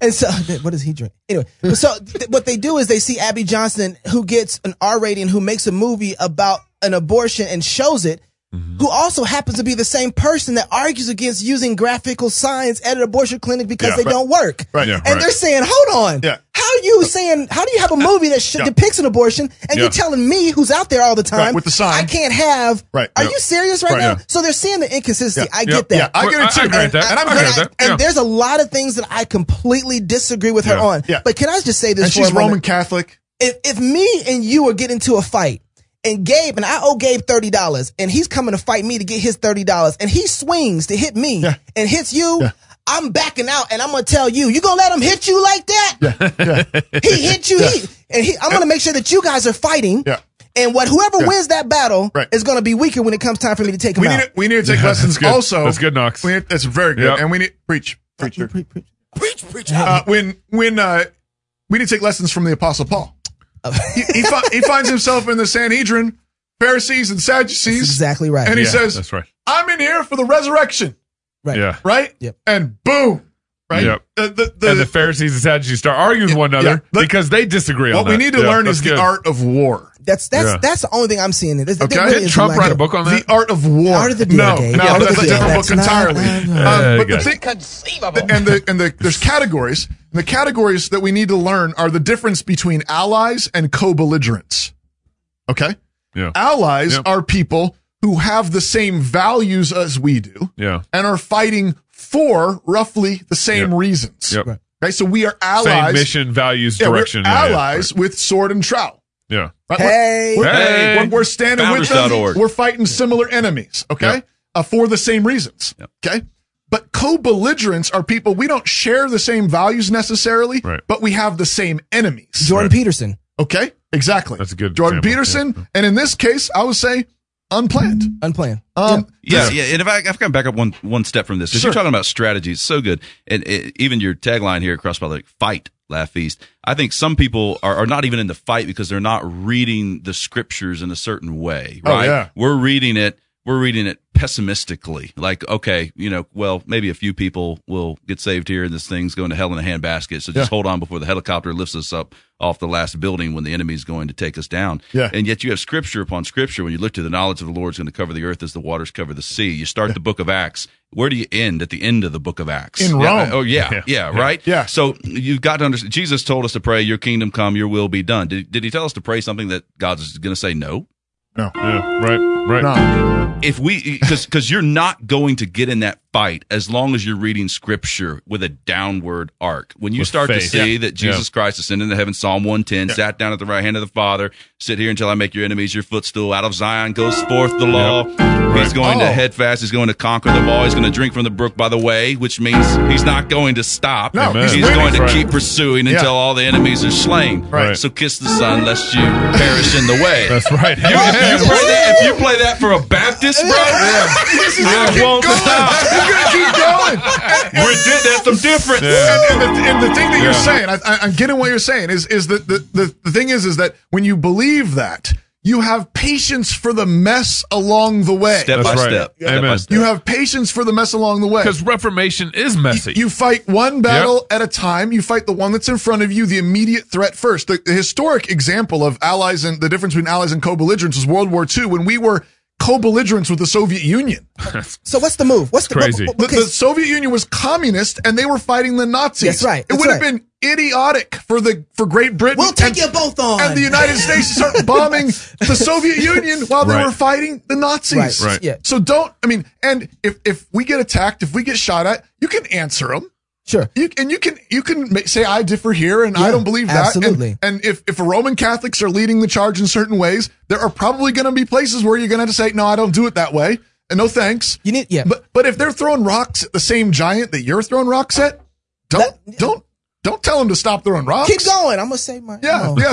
Speaker 2: And so what does he drink? Anyway, but so th- what they do is they see Abby Johnson, who gets an R rating, who makes a movie about an abortion and shows it.
Speaker 1: Mm-hmm.
Speaker 2: Who also happens to be the same person that argues against using graphical signs at an abortion clinic because
Speaker 4: Yeah,
Speaker 2: they
Speaker 4: right.
Speaker 2: don't work.
Speaker 4: Right, yeah,
Speaker 2: and
Speaker 4: right.
Speaker 2: they're saying, hold on.
Speaker 4: Yeah.
Speaker 2: How are you saying, how do you have a movie that sh-
Speaker 4: Yeah.
Speaker 2: depicts an abortion and
Speaker 1: Yeah.
Speaker 2: you're telling me, who's out there all the time,
Speaker 4: Right, with the sign.
Speaker 2: I can't have.
Speaker 4: Right,
Speaker 2: Are
Speaker 4: yeah.
Speaker 2: you serious right,
Speaker 4: Right,
Speaker 2: now?
Speaker 4: yeah.
Speaker 2: So they're seeing the inconsistency.
Speaker 4: Yeah,
Speaker 2: I
Speaker 1: yeah,
Speaker 2: get that.
Speaker 1: yeah.
Speaker 4: I get it
Speaker 1: I-
Speaker 4: too.
Speaker 1: I agree with that.
Speaker 4: And I'm
Speaker 1: I
Speaker 4: good
Speaker 1: agree
Speaker 4: at
Speaker 1: with that.
Speaker 4: that.
Speaker 1: Yeah.
Speaker 2: And there's a lot of things that I completely disagree with her
Speaker 1: Yeah.
Speaker 2: on.
Speaker 4: Yeah.
Speaker 2: But can I just say this
Speaker 4: and
Speaker 2: for
Speaker 4: she's
Speaker 2: a moment?
Speaker 4: Roman Catholic.
Speaker 2: If, if me and you are getting into a fight, and Gabe and I owe Gabe thirty dollars, and he's coming to fight me to get his thirty dollars, and he swings to hit me
Speaker 4: Yeah.
Speaker 2: and hits you.
Speaker 4: Yeah.
Speaker 2: I'm backing out, and I'm gonna tell you, you gonna let him hit you like that? he hit you, he, and he, I'm gonna make sure that you guys are fighting.
Speaker 4: Yeah.
Speaker 2: And what whoever
Speaker 4: Yeah.
Speaker 2: wins that battle
Speaker 4: Right.
Speaker 2: is gonna be weaker when it comes time for me to take him
Speaker 4: we
Speaker 2: out.
Speaker 4: need to, we need to take lessons
Speaker 1: good.
Speaker 4: also.
Speaker 1: That's good, Knox.
Speaker 4: We need- that's very good.
Speaker 1: Yep.
Speaker 4: And we need preach preacher.
Speaker 2: Pre- pre-
Speaker 4: Uh, when when uh, we need to take lessons from the apostle Paul.
Speaker 2: Oh.
Speaker 4: he, he, fi- he finds himself in the Sanhedrin, Pharisees and Sadducees.
Speaker 2: That's exactly right.
Speaker 4: And he
Speaker 1: Yeah,
Speaker 4: says,
Speaker 1: that's right.
Speaker 4: "I'm in here for the resurrection."
Speaker 2: right.
Speaker 1: Yeah.
Speaker 4: Right.
Speaker 2: Yep.
Speaker 4: And boom. Right.
Speaker 1: Yep.
Speaker 4: The, the, the,
Speaker 1: And the Pharisees and Sadducees start arguing with one another
Speaker 4: yeah.
Speaker 1: because they disagree on
Speaker 4: what we
Speaker 1: that.
Speaker 4: need to
Speaker 1: Yeah,
Speaker 4: learn
Speaker 1: that's
Speaker 4: is
Speaker 1: good.
Speaker 4: the art of war.
Speaker 2: That's that's
Speaker 1: Yeah.
Speaker 2: that's the only thing I'm seeing. in this. There
Speaker 4: Okay.
Speaker 2: really
Speaker 4: Didn't
Speaker 1: Didn't
Speaker 2: is
Speaker 1: Trump
Speaker 2: lack
Speaker 1: write a
Speaker 2: of-
Speaker 1: book on
Speaker 4: The
Speaker 1: that?
Speaker 4: art of war.
Speaker 2: Art of the deal,
Speaker 4: no,
Speaker 2: Dave.
Speaker 4: no,
Speaker 2: Art of
Speaker 4: that's
Speaker 2: the
Speaker 4: a
Speaker 2: deal.
Speaker 4: different
Speaker 2: That's
Speaker 4: book
Speaker 2: not-
Speaker 4: entirely.
Speaker 2: uh,
Speaker 1: Yeah,
Speaker 4: Um,
Speaker 1: you
Speaker 4: but the
Speaker 1: got it.
Speaker 4: thing, and the and the there's categories. And the categories that we need to learn are the difference between allies and co-belligerents. Okay,
Speaker 1: Yeah.
Speaker 4: allies
Speaker 1: Yep.
Speaker 4: are people who have the same values as we do,
Speaker 1: Yeah.
Speaker 4: and are fighting for roughly the same
Speaker 1: Yep.
Speaker 4: reasons.
Speaker 1: Yep.
Speaker 4: Okay, so we are
Speaker 1: Same
Speaker 4: allies.
Speaker 1: mission, values,
Speaker 4: Yeah, we're
Speaker 1: direction. Yeah, yeah.
Speaker 4: allies with sword and trowel.
Speaker 1: Yeah.
Speaker 4: Right? We're-
Speaker 2: Hey,
Speaker 4: We're,
Speaker 1: Hey.
Speaker 4: we're- we're standing with them.
Speaker 6: Founders.org.
Speaker 4: We're fighting similar enemies, okay?
Speaker 1: Yeah.
Speaker 4: Uh, for the same reasons, okay? But co belligerents are people we don't share the same values necessarily,
Speaker 1: Right.
Speaker 4: but we have the same enemies,
Speaker 2: Jordan Peterson.
Speaker 4: okay? Exactly.
Speaker 1: That's a good
Speaker 4: Jordan
Speaker 1: example,
Speaker 4: Peterson.
Speaker 1: yeah.
Speaker 4: And in this case, I would say unplanned.
Speaker 2: Unplanned.
Speaker 4: Um,
Speaker 6: Yeah, yeah, and if I, I've come back up one one step from this, because
Speaker 4: Sure.
Speaker 6: you're talking about strategy, it's so good, and it, even your tagline here at Crossbody, like fight, laugh, feast. I think some people are, are not even in the fight because they're not reading the scriptures in a certain way,
Speaker 4: Oh,
Speaker 6: right?
Speaker 4: yeah.
Speaker 6: We're reading it we're reading it pessimistically. Like, okay, you know, well, maybe a few people will get saved here and this thing's going to hell in a handbasket. So just hold on before the helicopter lifts us up off the last building when the enemy's going to take us down.
Speaker 4: Yeah.
Speaker 6: And yet you have scripture upon scripture. When you look to the knowledge of the Lord's going to cover the earth as the waters cover the sea. You start the book of Acts. Where do you end at the end of the book of Acts?
Speaker 4: In
Speaker 6: Yeah,
Speaker 4: Rome.
Speaker 6: oh yeah, yeah, right?
Speaker 4: Yeah.
Speaker 6: So you've got to understand Jesus told us to pray, Your kingdom come, your will be done. Did, did he tell us to pray something that God's gonna say no?
Speaker 4: No.
Speaker 1: Yeah, right, right.
Speaker 4: No.
Speaker 6: if we because because you're not going to get in that fight as long as you're reading scripture with a downward arc when you
Speaker 1: With
Speaker 6: start to
Speaker 1: faith.
Speaker 6: see
Speaker 1: Yeah.
Speaker 6: that jesus christ ascended into heaven psalm 110 sat down at the right hand of the father sit here until i make your enemies your footstool out of zion goes forth the law he's going to
Speaker 4: Oh.
Speaker 6: head fast he's going to conquer the wall he's going to drink from the brook by the way which means he's not going to stop
Speaker 4: No, Amen.
Speaker 6: he's,
Speaker 4: he's
Speaker 6: going
Speaker 4: winning.
Speaker 6: to
Speaker 1: Right.
Speaker 6: keep pursuing
Speaker 4: Yeah.
Speaker 6: until all the enemies are slain
Speaker 4: Right.
Speaker 6: so kiss the son lest you perish in the way
Speaker 1: That's right.
Speaker 6: you, you play that, if you play that for a Baptist, bro, I won't stop.
Speaker 4: You're gonna keep going.
Speaker 6: We did that some difference.
Speaker 4: And, and the, and the thing that you're saying, I, I, I'm getting what you're saying is is that the, the the thing is is that when you believe that, you have patience for the mess along the way.
Speaker 6: Step
Speaker 1: That's
Speaker 6: by
Speaker 1: right.
Speaker 6: step. Step by
Speaker 1: Amen.
Speaker 6: step.
Speaker 4: you have patience for the mess along the way.
Speaker 1: Because Reformation is messy.
Speaker 4: You fight one battle at a time. You fight the one that's in front of you, the immediate threat first. The, the historic example of allies and the difference between allies and co-belligerents was World War II when we were co-belligerents with the Soviet Union.
Speaker 2: So what's the move? What's the
Speaker 1: Crazy.
Speaker 2: what-
Speaker 4: The,
Speaker 2: what-
Speaker 4: the Soviet Union was communist and they were fighting the Nazis.
Speaker 2: That's right,
Speaker 4: it
Speaker 2: that's
Speaker 4: would have
Speaker 2: right.
Speaker 4: been idiotic for the for Great Britain.
Speaker 2: We'll take
Speaker 4: and-
Speaker 2: you both on.
Speaker 4: And the United States to start bombing the Soviet Union while they
Speaker 1: Right.
Speaker 4: were fighting the Nazis.
Speaker 2: Right, Right. yeah.
Speaker 4: So don't. I mean, and if if we get attacked, if we get shot at, you can answer them.
Speaker 2: Sure.
Speaker 4: You, and you can you can ma- say I differ here and I
Speaker 2: Yeah,
Speaker 4: don't believe that.
Speaker 2: absolutely.
Speaker 4: And, and if if Roman Catholics are leading the charge in certain ways, there are probably going to be places where you're going to have to say no, I don't do it that way, and no thanks.
Speaker 2: You need- yeah.
Speaker 4: But but if they're throwing rocks at the same giant that you're throwing rocks at, don't
Speaker 2: That-
Speaker 4: don't don't tell them to stop throwing rocks.
Speaker 2: Keep going. I'm gonna save my.
Speaker 4: Yeah,
Speaker 2: no.
Speaker 4: yeah.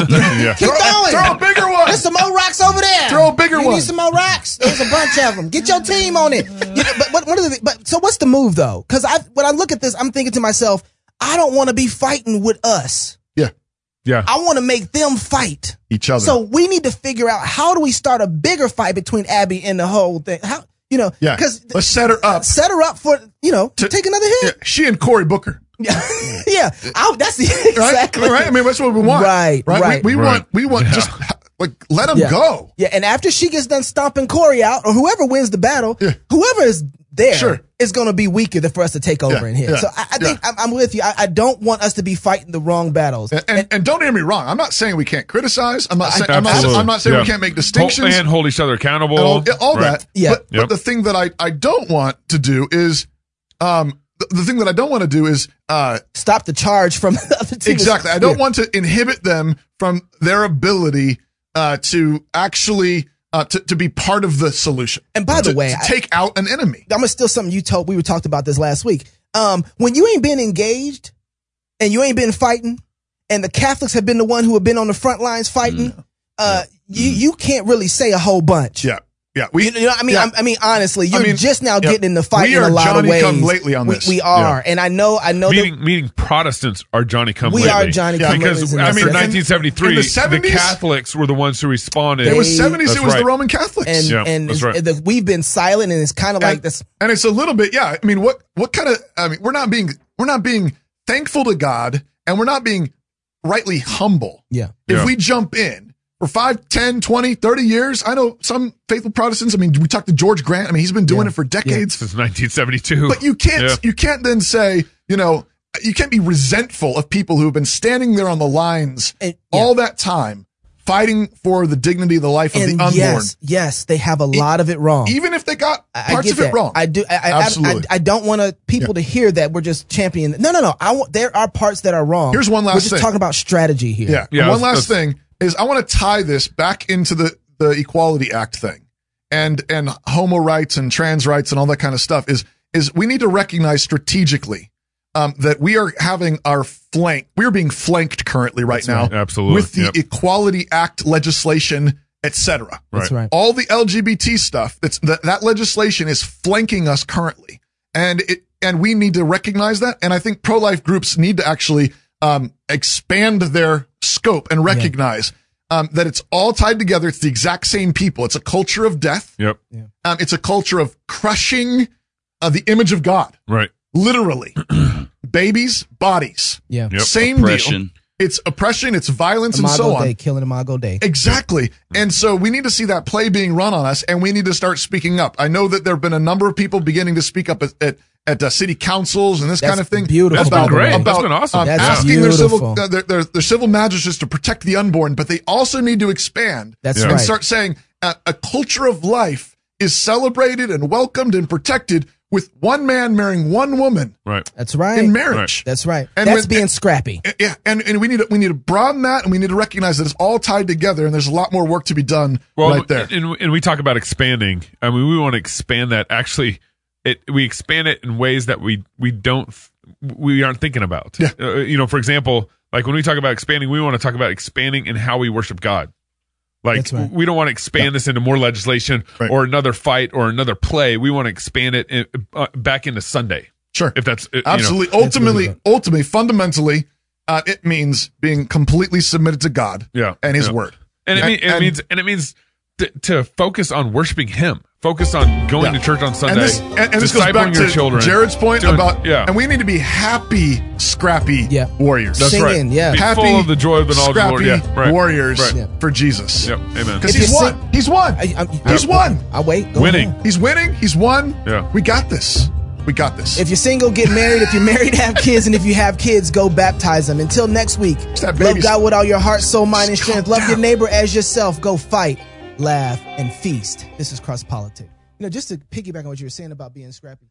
Speaker 2: Keep
Speaker 4: Throw-
Speaker 2: going.
Speaker 4: Throw a bigger one.
Speaker 2: There's some more rocks over there.
Speaker 4: Throw a bigger
Speaker 2: you
Speaker 4: one.
Speaker 2: need some more rocks. There's a bunch of them. Get your team on it. You know, but, but one of the but so what's the move though? Because I when I look at this, I'm thinking to myself, I don't want to be fighting with us.
Speaker 4: yeah,
Speaker 1: yeah.
Speaker 2: I want to make them fight.
Speaker 4: each other.
Speaker 2: So we need to figure out how do we start a bigger fight between Abby and the whole thing. How you know?
Speaker 4: yeah,
Speaker 2: Because
Speaker 4: let's set her up.
Speaker 2: set her up for you know to
Speaker 4: To-
Speaker 2: take another
Speaker 4: Yeah,
Speaker 2: hit.
Speaker 4: she and Cory Booker.
Speaker 2: Yeah, yeah. I, that's the,
Speaker 4: Right?
Speaker 2: exactly
Speaker 4: Right? I mean, that's what we want.
Speaker 2: Right, right.
Speaker 4: We, we
Speaker 1: Right.
Speaker 4: want. We want just like let them
Speaker 2: yeah.
Speaker 4: go.
Speaker 2: Yeah, and after she gets done stomping Corey out, or whoever wins the battle,
Speaker 4: Yeah.
Speaker 2: whoever is there is
Speaker 4: Sure.
Speaker 2: going to be weaker than for us to take over
Speaker 4: Yeah,
Speaker 2: in here.
Speaker 4: yeah,
Speaker 2: So I, I think I'm, I'm with you. I, I don't want us to be fighting the wrong battles.
Speaker 4: And, and, and don't hear me wrong. I'm not saying we can't criticize. I'm not. Say, I'm, not
Speaker 1: Absolutely.
Speaker 4: I'm not saying
Speaker 1: Yeah.
Speaker 4: we can't make
Speaker 1: Hold,
Speaker 4: distinctions.
Speaker 1: and hold each other accountable.
Speaker 4: and all, yeah, all
Speaker 1: Right.
Speaker 4: that.
Speaker 2: Yeah.
Speaker 4: But, but
Speaker 1: Yep.
Speaker 4: the thing that I, I don't want to do is, um, the, the thing that I don't want to do is, uh,
Speaker 2: Stop the charge from the other team.
Speaker 4: exactly. I don't
Speaker 2: Yeah.
Speaker 4: want to inhibit them from their ability, uh, to actually, uh, to, to be part of the solution.
Speaker 2: And by the
Speaker 4: To-
Speaker 2: way,
Speaker 4: to
Speaker 2: I-
Speaker 4: take out an enemy.
Speaker 2: I'm gonna steal something you told. We were talked about this last week. Um, when you ain't been engaged, and you ain't been fighting, and the Catholics have been the one who have been on the front lines fighting, uh, you you can't really say a whole bunch.
Speaker 4: Mm. Yeah. Yeah. We,
Speaker 2: You know, you know I mean,
Speaker 4: yeah.
Speaker 2: I'm- I mean, honestly, you're
Speaker 4: mean,
Speaker 2: just now
Speaker 4: yeah.
Speaker 2: getting in the fight
Speaker 4: We
Speaker 2: in a
Speaker 4: are
Speaker 2: lot of
Speaker 4: Johnny
Speaker 2: ways.
Speaker 4: come lately on
Speaker 2: We-
Speaker 4: this.
Speaker 2: We, are, and I know, I know that
Speaker 1: Meaning, meaning Protestants are Johnny come
Speaker 2: we
Speaker 1: lately.
Speaker 2: are Johnny
Speaker 4: Yeah,
Speaker 2: come
Speaker 1: because
Speaker 2: lately's
Speaker 1: after
Speaker 2: in
Speaker 4: I
Speaker 2: this sense.
Speaker 4: mean, in- in
Speaker 1: 1973,
Speaker 4: the
Speaker 1: the,
Speaker 4: 70s?
Speaker 1: Catholics were the ones who responded.
Speaker 4: it was
Speaker 2: They-
Speaker 4: 70s. It
Speaker 1: That's
Speaker 4: was the
Speaker 1: right.
Speaker 4: Roman Catholics.
Speaker 2: and
Speaker 1: Yeah,
Speaker 2: and
Speaker 1: that's right.
Speaker 2: it's- the- we've been silent, and it's kind of like
Speaker 4: and,
Speaker 2: this.
Speaker 4: and it's a little bit, yeah. I mean, what what kind of? I mean, we're not being we're not being thankful to God, and we're not being rightly humble.
Speaker 2: Yeah.
Speaker 4: If
Speaker 1: Yeah.
Speaker 4: we jump in for 5, 10, 20, 30 years, I know some faithful Protestants. I mean, we talked to George Grant. I mean, he's been doing
Speaker 2: Yeah.
Speaker 4: it for decades.
Speaker 1: since 1972.
Speaker 4: But you can't
Speaker 1: Yeah.
Speaker 4: you can't then say you know you can't be resentful of people who have been standing there on the lines
Speaker 2: And-
Speaker 4: all that time fighting for the dignity of the life of the
Speaker 2: And
Speaker 4: unborn. E-
Speaker 2: yes, yes, they have a lot of it wrong.
Speaker 4: Even if they got
Speaker 2: I- I
Speaker 4: parts
Speaker 2: get
Speaker 4: of it
Speaker 2: that.
Speaker 4: wrong,
Speaker 2: I do. I, I, I-
Speaker 4: Absolutely.
Speaker 2: I, I don't want to, people to hear that we're just championing. No, no, no. I want, there are parts that are wrong.
Speaker 4: Here's one last
Speaker 2: We're just
Speaker 4: thing.
Speaker 2: talking about strategy here.
Speaker 4: Yeah.
Speaker 1: Yeah,
Speaker 4: And one
Speaker 1: that's-
Speaker 4: last thing is I want to tie this back into the, the Equality Act thing and, and homo rights and trans rights and all that kind of stuff is, is we need to recognize strategically, um, that we are having our flank, we're being flanked currently right now.
Speaker 1: right. Absolutely.
Speaker 4: With the
Speaker 1: Yep.
Speaker 4: Equality Act legislation, et cetera.
Speaker 2: That's right.
Speaker 4: All the LGBT stuff that's that, that legislation is flanking us currently, and it and we need to recognize that. And I think pro life groups need to actually um, expand their scope and recognize um, that it's all tied together. It's the exact same people. It's a culture of death.
Speaker 1: Yep.
Speaker 4: Um, it's a culture of crushing uh, the image of God,
Speaker 1: Right.
Speaker 4: literally. Babies, bodies.
Speaker 2: Yeah.
Speaker 1: Yep.
Speaker 4: Same deal.
Speaker 6: Oppression.
Speaker 4: It's oppression, it's violence, and so
Speaker 2: Imago
Speaker 4: on.
Speaker 2: Day, killing Imago Day.
Speaker 4: Exactly. And so we need to see that play being run on us and we need to start speaking up. I know that there have been a number of people beginning to speak up at, at, at uh, city councils and this
Speaker 2: That's
Speaker 4: kind of thing.
Speaker 2: beautiful,
Speaker 4: about,
Speaker 1: That's been great.
Speaker 4: About,
Speaker 1: That's been awesome.
Speaker 4: um,
Speaker 2: That's
Speaker 4: asking their civil,
Speaker 2: beautiful.
Speaker 4: uh, their, their, their civil magistrates to protect the unborn, but they also need to expand
Speaker 2: That's
Speaker 1: Yeah.
Speaker 4: and
Speaker 2: right.
Speaker 4: start saying uh, a culture of life is celebrated and welcomed and protected with one man marrying one woman
Speaker 1: Right.
Speaker 2: That's right.
Speaker 4: in marriage.
Speaker 2: That's right.
Speaker 4: And
Speaker 2: That's
Speaker 4: when-
Speaker 2: being scrappy.
Speaker 4: Yeah, and, and we need to, we need to broaden that, and we need to recognize that it's all tied together, and there's a lot more work to be done right there.
Speaker 1: And, and we talk about expanding. I mean, we want to expand that. Actually, it we expand it in ways that we we don't we aren't thinking about.
Speaker 4: Yeah.
Speaker 1: Uh, you know, for example, like when we talk about expanding, we want to talk about expanding in how we worship God. Like
Speaker 2: That's right.
Speaker 1: we don't want to expand this into more legislation
Speaker 4: Right.
Speaker 1: or another fight or another play. We want to expand it in, uh, back into Sunday.
Speaker 4: sure,
Speaker 1: If that's uh, you know.
Speaker 4: absolutely,
Speaker 2: really
Speaker 4: ultimately,
Speaker 2: good.
Speaker 4: ultimately, fundamentally, uh, it means being completely submitted to God,
Speaker 1: Yeah,
Speaker 4: and His
Speaker 1: yeah.
Speaker 4: Word,
Speaker 1: and it, mean, it means and it means t- to focus on worshiping Him. Focus on going
Speaker 4: Yeah.
Speaker 1: to church on Sunday.
Speaker 4: and this, and, and this goes
Speaker 1: discipling
Speaker 4: back
Speaker 1: your
Speaker 4: to
Speaker 1: children.
Speaker 4: Jared's point
Speaker 1: Doing-
Speaker 4: about
Speaker 1: yeah.
Speaker 4: and we need to be happy, scrappy
Speaker 2: Yeah.
Speaker 4: warriors.
Speaker 2: That's right. Singing, yeah.
Speaker 1: Be
Speaker 4: happy,
Speaker 1: full of the joy of the knowledge of the Lord.
Speaker 4: scrappy
Speaker 1: Yeah, right.
Speaker 4: warriors
Speaker 1: Right.
Speaker 2: Yeah.
Speaker 4: for Jesus.
Speaker 1: Yep. Amen.
Speaker 4: Because
Speaker 2: If
Speaker 4: he's
Speaker 2: you
Speaker 4: won.
Speaker 2: sing-
Speaker 4: he's won.
Speaker 2: I, I'm,
Speaker 4: he's won.
Speaker 2: I wait. Go
Speaker 1: Winning.
Speaker 2: on.
Speaker 4: He's winning. He's won.
Speaker 1: Yeah.
Speaker 4: We got this. We got this.
Speaker 2: If you're single, get married. If you're married, have kids. And if you have kids, go baptize them. Until next week,
Speaker 4: that
Speaker 2: love
Speaker 4: baby's-
Speaker 2: God with all your heart, soul, mind, and
Speaker 4: Just calm
Speaker 2: strength. Love your
Speaker 4: down.
Speaker 2: neighbor as yourself. Go fight, laugh, and feast. This is cross politic. You know, just to piggyback on what you were saying about being scrappy.